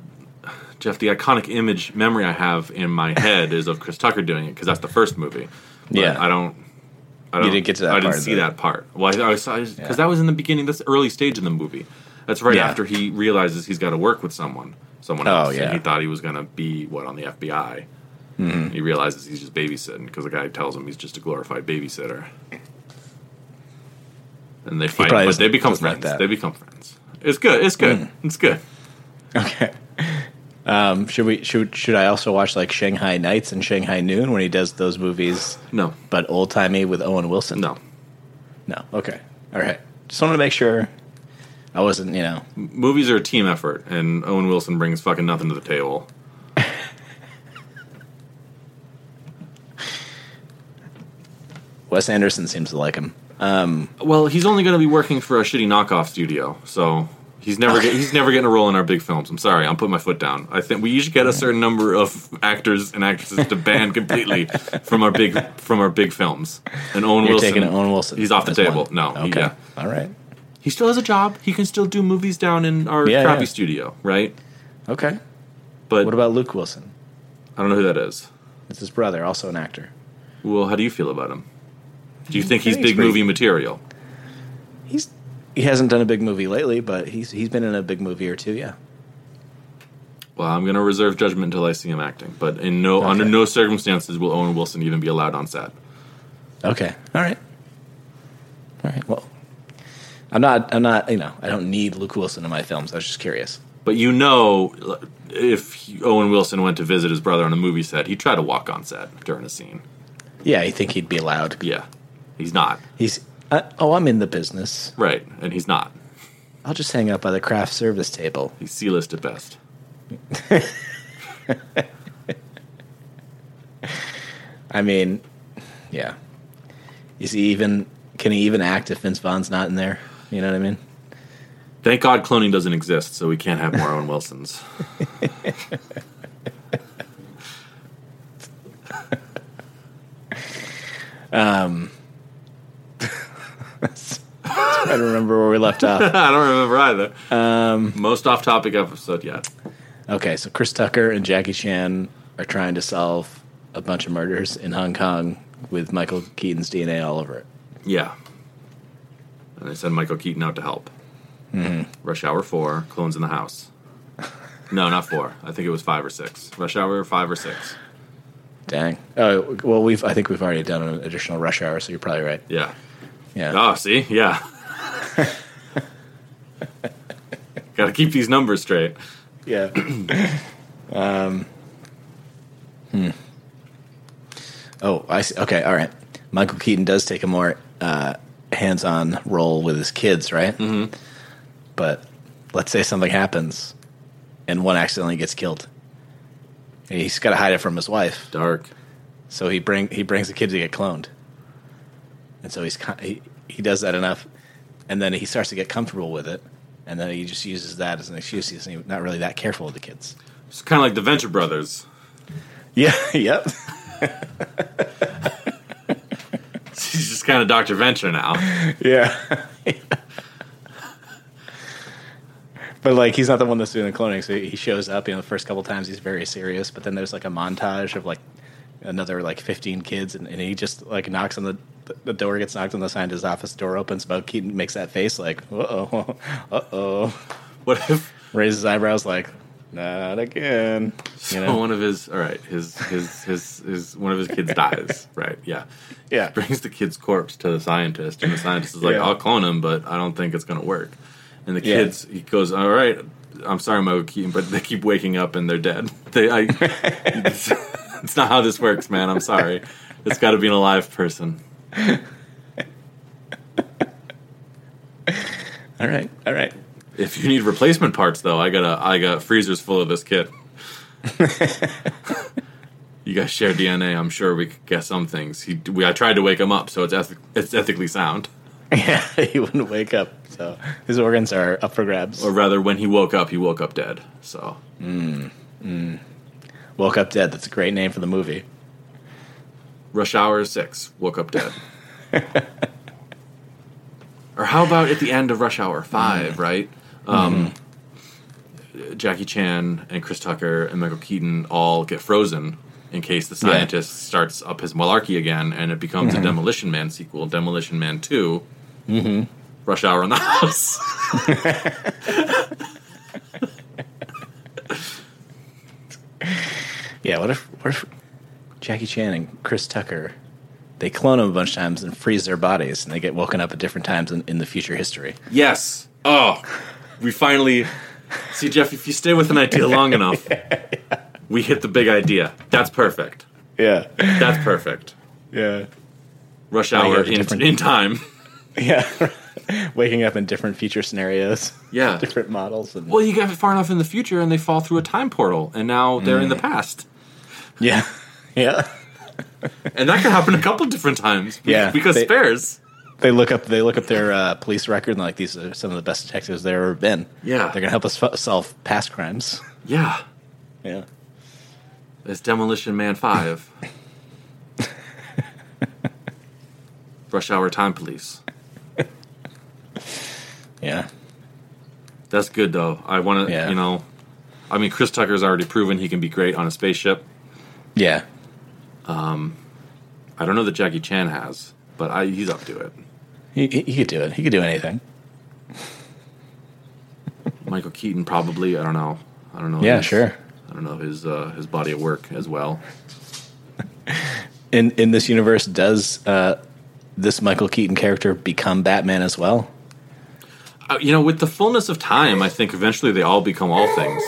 S2: Jeff, the iconic image memory I have in my head is of Chris Tucker doing it because that's the first movie. But
S1: Yeah.
S2: I don't. I don't,
S1: didn't get to that
S2: I didn't
S1: part,
S2: see
S1: though.
S2: that part. Well, I, I saw because
S1: Yeah.
S2: that was in the beginning. That's the early stage in the movie. That's right
S1: Yeah.
S2: after he realizes he's got to work with someone, someone
S1: Oh, yeah.
S2: else.
S1: Mm-hmm.
S2: And he thought he was going to be what on the FBI. He realizes he's just babysitting because the guy tells him he's just a glorified babysitter. And they fight,
S1: probably
S2: but they
S1: doesn't-
S2: become
S1: doesn't like
S2: friends.
S1: that. Mm.
S2: they become friends. It's good. It's good. It's good.
S1: Okay. Um, should we should should I also watch like Shanghai Nights and Shanghai Noon when he does those movies,
S2: No,
S1: but old timey with Owen Wilson?
S2: no.
S1: no. Okay, all right. Just wanted to make sure I wasn't, you know.
S2: movies are a team effort, and Owen Wilson brings fucking nothing to the table.
S1: Wes Anderson seems to like him.
S2: Well, he's only going to be working for a shitty knockoff studio, so he's never get, he's never getting a role in our big films. I'm sorry, I'm putting my foot down. I think we should get a certain number of actors and actresses to ban completely from our big from our big films. And Owen
S1: You're
S2: Wilson,
S1: taking Owen Wilson.
S2: he's off the
S1: as one.
S2: table. No, he-
S1: Okay.
S2: yeah.
S1: All right.
S2: He still has a job. He can still do movies down in our
S1: Yeah,
S2: crappy
S1: yeah.
S2: studio, right?
S1: Okay.
S2: But
S1: What about Luke Wilson?
S2: I don't know who that is.
S1: It's his brother, also an actor.
S2: Well, how do you feel about him? Do you think he's
S1: I think he's
S2: big
S1: pretty-
S2: movie material?
S1: He's he hasn't done a big movie lately, but he's he's been in a big movie or two. Yeah.
S2: Well, I'm going to reserve judgment until I see him acting. But in no under
S1: Okay.
S2: no circumstances will Owen Wilson even be allowed on set.
S1: Okay. All right. All right. Well, I'm not. I'm not. You know, I don't need Luke Wilson in my films. I was just curious.
S2: But you know, if he- Owen Wilson went to visit his brother on a movie set, he'd try to walk on set during a scene.
S1: Yeah, I think he'd be allowed.
S2: Yeah, he's not
S1: He's. Uh, oh, I'm in the business.
S2: right, and he's not.
S1: I'll just hang out by the craft service table.
S2: He's C-list at best.
S1: I mean, yeah. Is he even? Can he even act if Vince Vaughn's not in there? You know what I mean?
S2: Thank God cloning doesn't exist, so we can't have more Owen Wilsons.
S1: I don't remember where we left off.
S2: I don't remember either. Most off-topic episode yet.
S1: Okay, so Chris Tucker and Jackie Chan are trying to solve a bunch of murders in Hong Kong with Michael Keaton's DNA all over it.
S2: Yeah, and they send Michael Keaton out to help.
S1: Mm-hmm.
S2: Rush Hour Four, clones in the house. No, not four. I think it was five or six. Rush Hour five or six.
S1: Dang. Oh well, we've. I think we've already done an additional rush hour, so you're probably right.
S2: Yeah.
S1: Yeah.
S2: Oh, see, yeah. Got to keep these numbers straight.
S1: Yeah. um, hmm. Oh, I see. Okay, all right. Michael Keaton does take a more uh, hands on role with his kids, right? Mm-hmm. But let's say something happens and one accidentally gets killed. And He's got to hide it from his wife,
S2: Dark.
S1: so he bring he brings the kid to get cloned, and so he's con- he he does that enough, and then he starts to get comfortable with it, and then he just uses that as an excuse. He's not really that careful with the kids.
S2: It's kind of like the Venture Brothers.
S1: Yeah. Yep.
S2: He's just kind of Dr. Venture now.
S1: Yeah. but like, he's not the one that's doing the cloning. So he shows up. You know, the first couple times he's very serious, but then there's like a montage of like another like 15 kids, and, and he just like knocks on the the door, gets knocked on the side, his office door opens. Bo Keaton makes that face like, uh oh, uh oh,
S2: What if
S1: raises his eyebrows like, not again. You
S2: so
S1: know?
S2: one of his all right, his his his his one of his kids dies, right? Yeah.
S1: Yeah.
S2: Brings the kid's corpse to the scientist and the scientist is like,
S1: Yeah.
S2: "I'll clone him, but I don't think it's going to work." And the
S1: Yeah.
S2: kids he goes, "All right, I'm sorry, Michael Keaton, but they keep waking up and they're dead. They I it's, it's not how this works, man. I'm sorry. It's got to be an alive person."
S1: All right. All right.
S2: If you need replacement parts, though, I got a I got freezers full of this kit. you guys share DNA. I'm sure we could guess some things. He, we, I tried to wake him up, so it's eth- it's ethically sound.
S1: Yeah, he wouldn't wake up. So his organs are up for grabs.
S2: Or rather, when he woke up, he woke up dead. So
S1: Woke Up Dead. That's a great name for the movie.
S2: rush hour is six. Woke up dead. or how about at the end of rush hour five? Right. Um, Jackie Chan and Chris Tucker and Michael Keaton all get frozen in case the scientist starts up his malarkey again and it becomes a Demolition Man sequel, Demolition Man 2, mm-hmm. Rush Hour in the House.
S1: Yeah, what if, what if Jackie Chan and Chris Tucker, they clone them a bunch of times and freeze their bodies, and they get woken up at different times in, in the future history.
S2: yes. Oh, we finally. See, Jeff, if you stay with an idea long enough, we hit the big idea. That's perfect.
S1: Yeah,
S2: That's perfect.
S1: yeah,
S2: Rush
S1: you
S2: hour
S1: have a
S2: in,
S1: different-
S2: in time.
S1: yeah. Waking up in different future scenarios,
S2: Yeah.
S1: different models, and
S2: Well, you get far enough in the future, and they fall through a time portal, and now they're
S1: Mm.
S2: in the past.
S1: yeah, yeah.
S2: And that could happen a couple different times. be-
S1: Yeah,
S2: because
S1: they-
S2: spares.
S1: They look up, they look up their uh, police record, and like these are some of the best detectives there ever been.
S2: Yeah.
S1: they're gonna help us f- solve past crimes.
S2: Yeah,
S1: Yeah,
S2: it's Demolition Man Five. Rush Hour Time Police. That's good though. I want to,
S1: Yeah.
S2: you know, I mean, Chris Tucker's already proven he can be great on a spaceship.
S1: Yeah.
S2: I don't know that Jackie Chan has, but I, he's up to it.
S1: He, he, he could do it. He could do anything.
S2: Michael Keaton probably. I don't know. I don't know.
S1: Yeah,
S2: his-
S1: sure.
S2: I don't know his uh, his body of work as well.
S1: In in this universe, does uh, this Michael Keaton character become Batman as well?
S2: Uh, you know, with the fullness of time, I think eventually they all become all things.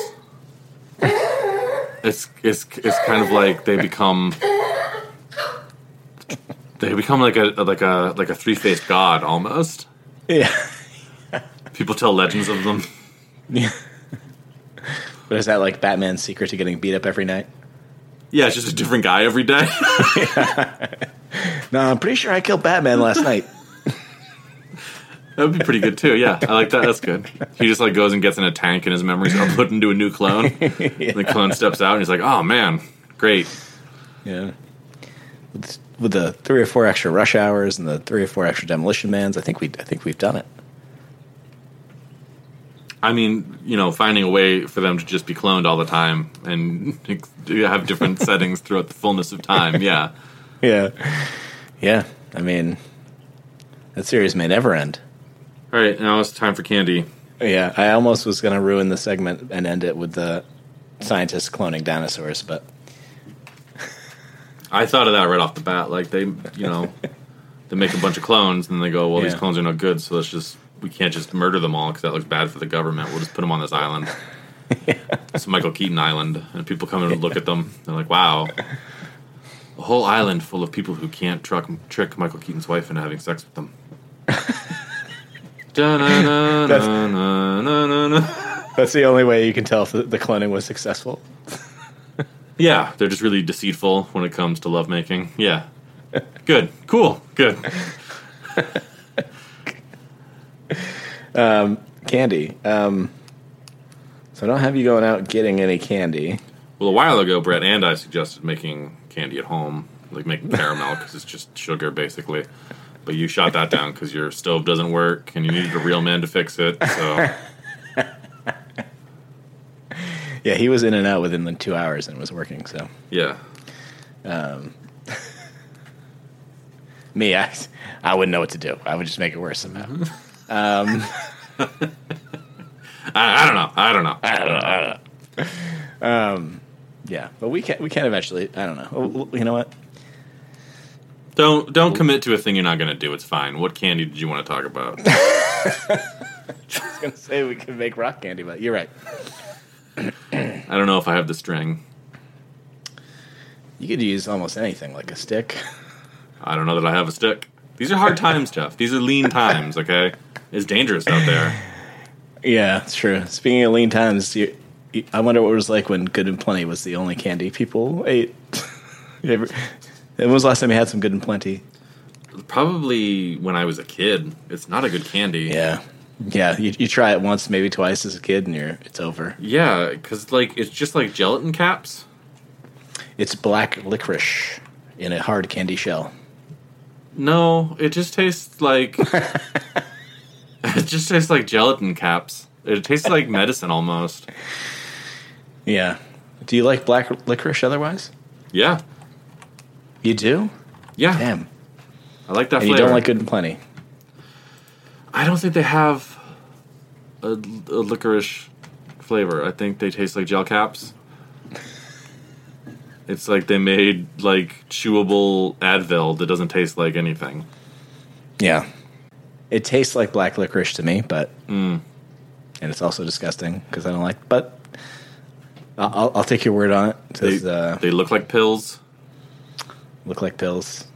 S2: It's it's it's kind of like they become they become like a like a like a three faced god almost.
S1: Yeah.
S2: People tell legends of them.
S1: But is that like Batman's secret to getting beat up every night?
S2: Yeah, it's just a different guy every day.
S1: No, I'm pretty sure I killed Batman last night.
S2: that would be pretty good too. Yeah, I like that. That's good. He just like goes and gets in a tank, and his memories are put into a new clone. And the clone steps out, and he's like, "Oh man, great."
S1: Yeah. With, with the three or four extra rush hours and the three or four extra demolition mans, I think we I think we've done it.
S2: I mean, you know, finding a way for them to just be cloned all the time and have different settings throughout the fullness of time. Yeah.
S1: Yeah. Yeah. I mean, that series may never end.
S2: All right, now it's time for candy.
S1: Yeah, I almost was going to ruin the segment and end it with the scientists cloning dinosaurs, but
S2: I thought of that right off the bat. Like they, you know, they make a bunch of clones and they go, "Well, these
S1: Yeah.
S2: clones are no good, so let's just we can't just murder them all because that looks bad for the government. We'll just put them on this island." It's Michael Keaton Island, and people come in and look at them. They're like, "Wow." A whole island full of people who can't truck, trick Michael Keaton's wife into having sex with them. Da-na-na-na-na-na-na.
S1: that's the only way you can tell if the, the cloning was successful.
S2: Yeah, they're just really deceitful when it comes to lovemaking. Yeah. Good. Cool. Good.
S1: Candy. Um, so I don't have you going out getting any candy.
S2: Well, a while ago, Brett and I suggested making candy at home, like making caramel, because it's just sugar basically. But you shot that down because your stove doesn't work and you needed a real man to fix it. So
S1: Yeah, he was in and out within like two hours and was working. So
S2: yeah,
S1: me, I, I wouldn't know what to do. I would just make it worse somehow.
S2: I, I don't know. I don't know.
S1: I don't know. I don't know. um, yeah, but we can we can eventually. I don't know. Oh, You know what?
S2: Don't don't commit to a thing you're not going to do. It's fine. What candy did you want to talk about?
S1: I was gonna say we could make rock candy, but you're right.
S2: I don't know if I have the string.
S1: You could use almost anything, like a stick.
S2: I don't know that I have a stick. These are hard times, Jeff. These are lean times. Okay, it's dangerous out there.
S1: Yeah, it's true. Speaking of lean times, you, you- I wonder what it was like when Good and Plenty was the only candy people ate. You ever- when was the last time you had some Good and Plenty?
S2: Probably when I was a kid. It's not a good candy.
S1: Yeah, yeah. You, you try it once, maybe twice as a kid, and you're it's over.
S2: Yeah, because like it's just like gelatin caps.
S1: It's black licorice in a hard candy shell.
S2: No, it just tastes like it just tastes like gelatin caps. It tastes like medicine almost.
S1: Yeah. Do you like black licorice otherwise?
S2: Yeah,
S1: You do?
S2: yeah.
S1: Damn.
S2: I like that
S1: And you
S2: flavor.
S1: don't like Good and Plenty.
S2: I don't think they have a, a licorice flavor. I think they taste like gel caps. It's like they made like chewable Advil that doesn't taste like anything.
S1: Yeah. It tastes like black licorice to me, but
S2: Mm.
S1: and it's also disgusting because I don't like. But I'll, I'll- I'll take your word on it. It
S2: They,
S1: Says, uh,
S2: they look like pills,
S1: look like pills,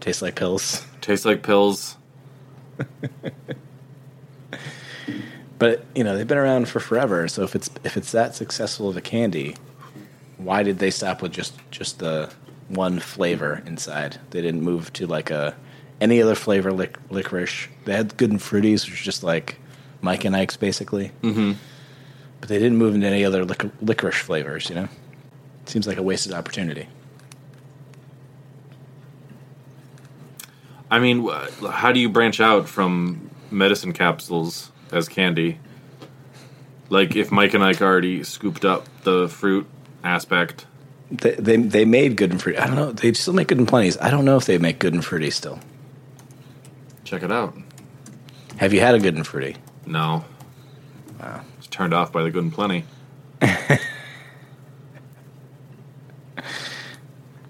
S1: taste like pills.
S2: taste like pills.
S1: But you know they've been around for forever. So if it's if it's that successful of a candy, why did they stop with just just the one flavor inside? They didn't move to like a any other flavor lic- licorice. They had good and fruities, which was just like Mike and Ike's basically. Mm-hmm. But they didn't move into any other lic- licorice flavors. You know, seems like a wasted opportunity.
S2: I mean, wh- how do you branch out from medicine capsules as candy Like if Mike and Ike already scooped up the fruit aspect.
S1: They, they they made good and fruity. I don't know. They still make good and plenties. I don't know if they make good and fruity still.
S2: Check it out.
S1: Have you had a good and fruity?
S2: No. It's turned off by the good and plenty.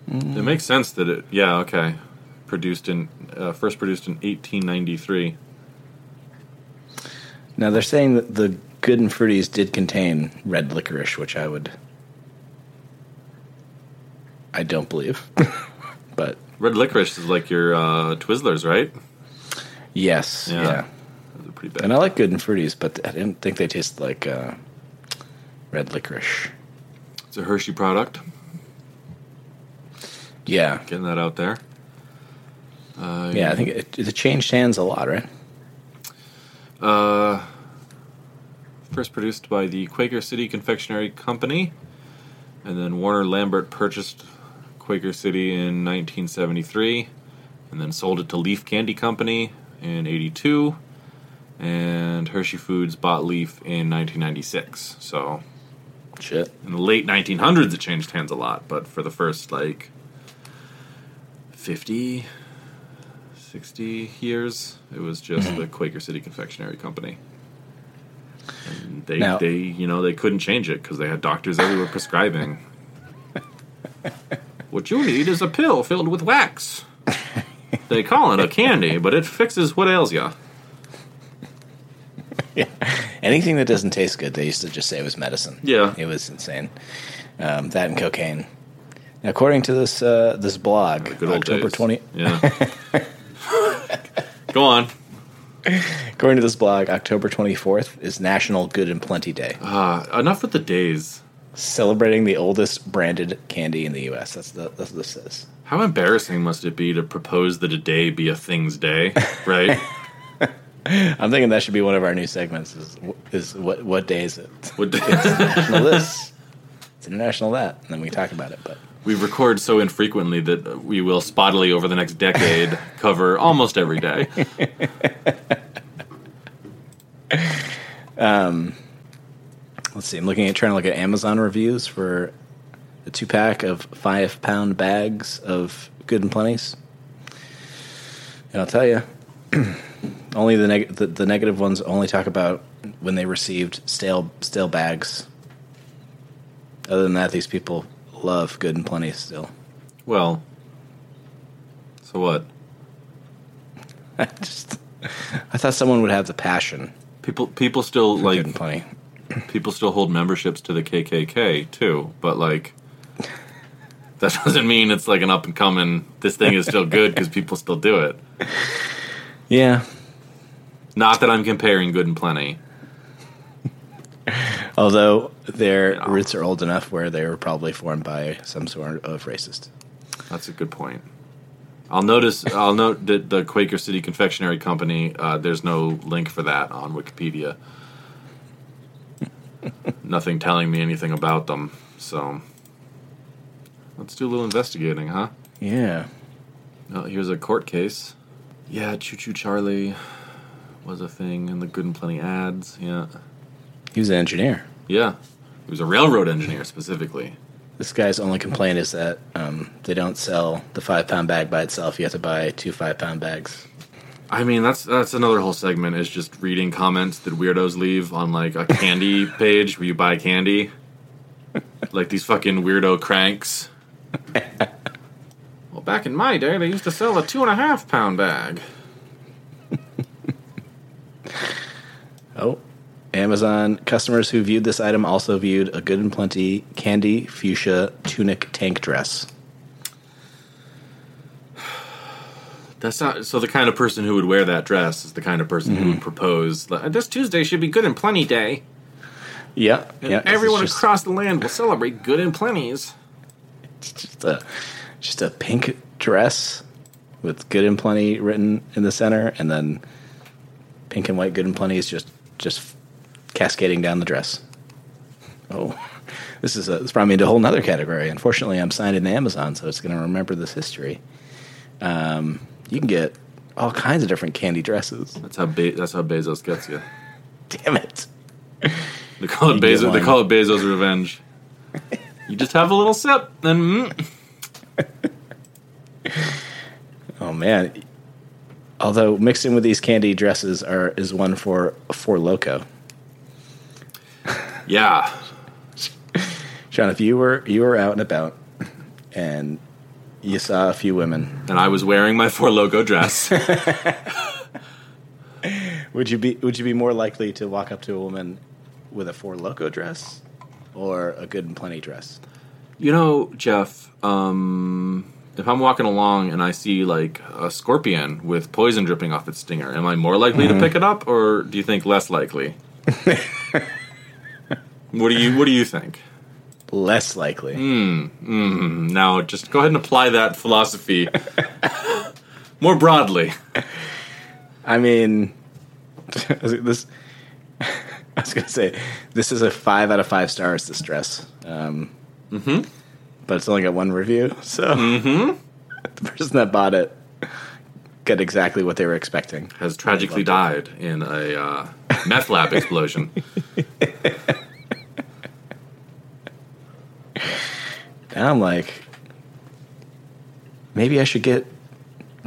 S2: It makes sense that it. Yeah. Okay. Produced in uh, first produced in 1893.
S1: Now they're saying that the good and fruities did contain red licorice, which I would. I don't believe, but
S2: Red licorice is like your uh, Twizzlers, right?
S1: yes,
S2: Yeah.
S1: yeah.
S2: Those are pretty bad.
S1: And I like good and fruities, but I didn't think they tasted like uh, red licorice.
S2: It's a Hershey product.
S1: Yeah,
S2: Getting that out there. Uh,
S1: yeah. I think it, it changed hands a lot, right?
S2: Uh, first produced by the Quaker City Confectionery Company, and then Warner Lambert purchased Quaker City in 1973, and then sold it to Leaf Candy Company in 82, and Hershey Foods bought Leaf in 1996. So
S1: Shit.
S2: in the late 1900s, it changed hands a lot, but for the first like 50, 60 years, it was just
S1: Mm-hmm.
S2: the Quaker City Confectionery Company. And they,
S1: Now-
S2: they, you know, they couldn't change it because they had doctors everywhere prescribing. what you need is a pill filled with wax. They call it a candy, but it fixes what ails ya.
S1: Anything that doesn't taste good, they used to just say was medicine.
S2: Yeah.
S1: it was insane. Um, that and cocaine. Now, according to this uh, this blog,
S2: Good old
S1: October
S2: days.
S1: twenty.
S2: Yeah. Go on.
S1: According to this blog, October twenty fourth is National Good and Plenty Day,
S2: Uh, enough with the days.
S1: celebrating the oldest branded candy in the U.S. That's the, that's what this says.
S2: How embarrassing must it be to propose that a day be a thing's day, right?
S1: I'm thinking that should be one of our new segments. Is is what what day is it?
S2: Would- we
S1: International this. It's international that, and then we can talk about it. But
S2: record so infrequently that we will spottily over the next decade cover almost every day.
S1: let's see. I'm looking at trying to look at Amazon reviews for the two pack of five pound bags of Good and Plenties, and I'll tell you, only the, neg- the the negative ones only talk about when they received stale stale bags. Other than that, these people love Good and Plenty still.
S2: Well, so what?
S1: I just I thought someone would have the passion.
S2: People people still like
S1: Good and Plenty.
S2: people still hold memberships to the KKK too, but like that doesn't mean it's like an up and coming. This thing is still good because people still do it.
S1: Yeah,
S2: Not that I'm comparing good and plenty.
S1: Although their roots are old enough where they were probably formed by some sort of racist.
S2: That's a good point. I'll notice. I'll note that the Quaker City Confectionery Company. Uh, there's no link for that on Wikipedia. Nothing telling me anything about them. So let's do a little investigating, huh?
S1: Yeah.
S2: Oh, here's a court case. Yeah, Choo Choo Charlie was a thing in the Good and Plenty ads. Yeah,
S1: He was an engineer.
S2: yeah. He was a railroad engineer specifically.
S1: This guy's only complaint is that um, they don't sell the five pound bag by itself. You have to buy two five pound bags.
S2: I mean, that's that's another whole segment is just reading comments that weirdos leave on like a candy page where you buy candy, like these fucking weirdo cranks. well, back in my day, they used to sell a two and a half pound bag.
S1: Oh. Amazon customers who viewed this item also viewed a good and plenty candy fuchsia tunic tank dress.
S2: That's not so. The kind of person who would wear that dress is the kind of person
S1: Mm-hmm.
S2: who would propose. Like, this Tuesday should be Good and Plenty Day,
S1: Yeah.
S2: and
S1: yeah,
S2: everyone
S1: it's just-
S2: across the land will celebrate Good and Plenties.
S1: It's just a just a pink dress with good and plenty written in the center and then pink and white good and plenty is just just cascading down the dress oh this is a, this brought me into a whole nother category unfortunately i'm signed into amazon so it's going to remember this history um, you can get all kinds of different candy dresses
S2: That's how Be- that's how Bezos gets you.
S1: damn it
S2: They call it
S1: You get
S2: Bezos. They
S1: one.
S2: call it Bezos revenge. you just have a little sip, and mm,
S1: Oh man. Although mixed in with these candy dresses are is one for for loco.
S2: yeah,
S1: Sean, if you were you were out and about and you saw a few women,
S2: and I was wearing my Four Loco dress.
S1: would you be would you be more likely to walk up to a woman with a four loco dress or a good and plenty dress?
S2: you know, Jeff. Um, if I'm walking along and I see like a scorpion with poison dripping off its stinger, am I more likely
S1: Mm-hmm.
S2: to pick it up, or do you think less likely? what do you What do you think?
S1: Less likely.
S2: Now, just go ahead and apply that philosophy more broadly.
S1: I mean, this. I was gonna say this is a five out of five stars. This dress, um, but it's only got one review, so the person that bought it got exactly what they were expecting.
S2: has tragically died in a uh, meth lab explosion.
S1: And I'm like, maybe I should get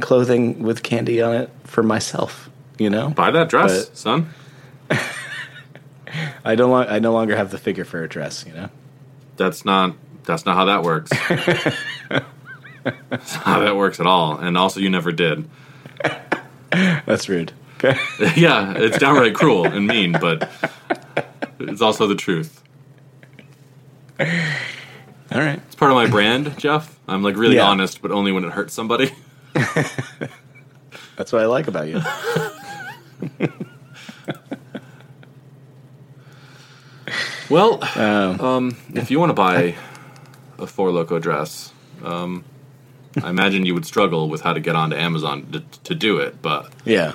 S1: clothing with candy on it for myself. You know,
S2: Buy that dress,
S1: But-
S2: son.
S1: I don't. lo- I no longer have the figure for a dress. You know,
S2: That's not that's not how that works. that's not how that works at all. And also, you never did.
S1: that's rude.
S2: yeah, it's downright cruel and mean, but it's also the truth.
S1: All right.
S2: It's part of my brand, Jeff. I'm like really
S1: Yeah.
S2: honest, but only when it hurts somebody.
S1: That's what I like about you.
S2: Well, um, if you want to buy a Four Loco dress, um, I imagine you would struggle with how to get onto Amazon to, to do it, but
S1: Yeah.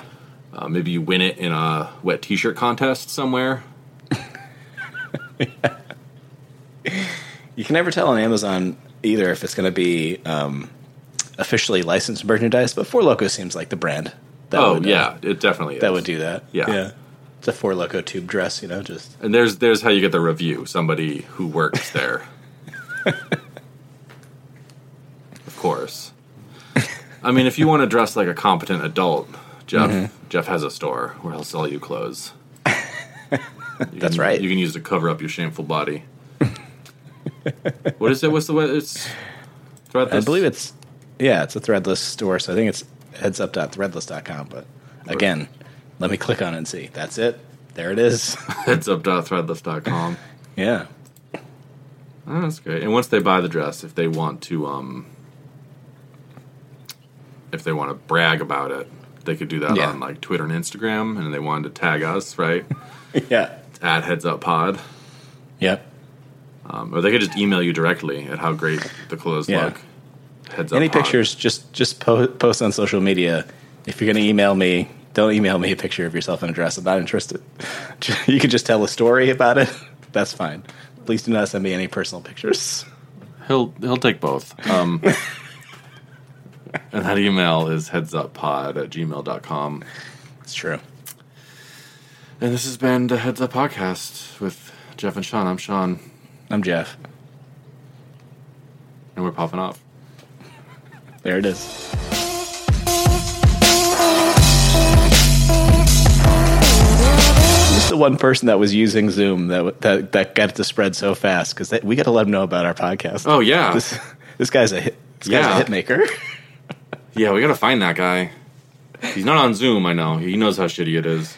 S2: Uh, maybe you win it in a wet T-shirt contest somewhere.
S1: You can never tell on Amazon either if it's going to be um, officially licensed merchandise, but Four Loco seems like the brand. That
S2: oh
S1: would, uh,
S2: yeah, it definitely is.
S1: that would do that.
S2: Yeah.
S1: It's a Four Loco tube dress, you know, just
S2: And there's there's how you get the review. Somebody who works there, of course. I mean, if you want to dress like a competent adult, Jeff
S1: Mm-hmm.
S2: Jeff has a store where he'll sell you clothes. You
S1: That's
S2: can-
S1: right.
S2: You can use it to cover up your shameful body. what is it? What's the way? It's throughout
S1: I
S2: this-
S1: believe it's yeah, it's a threadless store, so I think it's headsup.threadless.com, but again, let me click on it and see. That's it. There it is.
S2: heads up dot threadless dot com.
S1: yeah.
S2: Oh, that's great. And once they buy the dress, if they want to, um, if they want to brag about it, they could do that
S1: Yeah.
S2: on like Twitter and Instagram, and they wanted to tag us, right?
S1: Yeah.
S2: at Heads Up Pod,
S1: Yep.
S2: um, or they could just email you directly at how great the clothes
S1: Yeah.
S2: look. Heads
S1: Any
S2: Pod.
S1: pictures just just po- post on social media. If you're going to email me, don't email me a picture of yourself in a dress. I'm not interested. you can just tell a story about it. That's fine. Please do not send me any personal pictures.
S2: He'll he'll take both. Um, and that email is headsuppod at gmail.com.
S1: It's true.
S2: And this has been the Heads Up Podcast with Jeff and Sean. I'm Sean,
S1: I'm Jeff.
S2: and we're popping off.
S1: There it is. This is the one person that was using Zoom that w- that, that got it to spread so fast because we got to let them know about our podcast.
S2: Oh yeah.
S1: This, this guy's a hit, this guy's
S2: Yeah.
S1: a hit maker.
S2: Yeah, we gotta find that guy. He's not on Zoom, I know. He knows how shitty it is.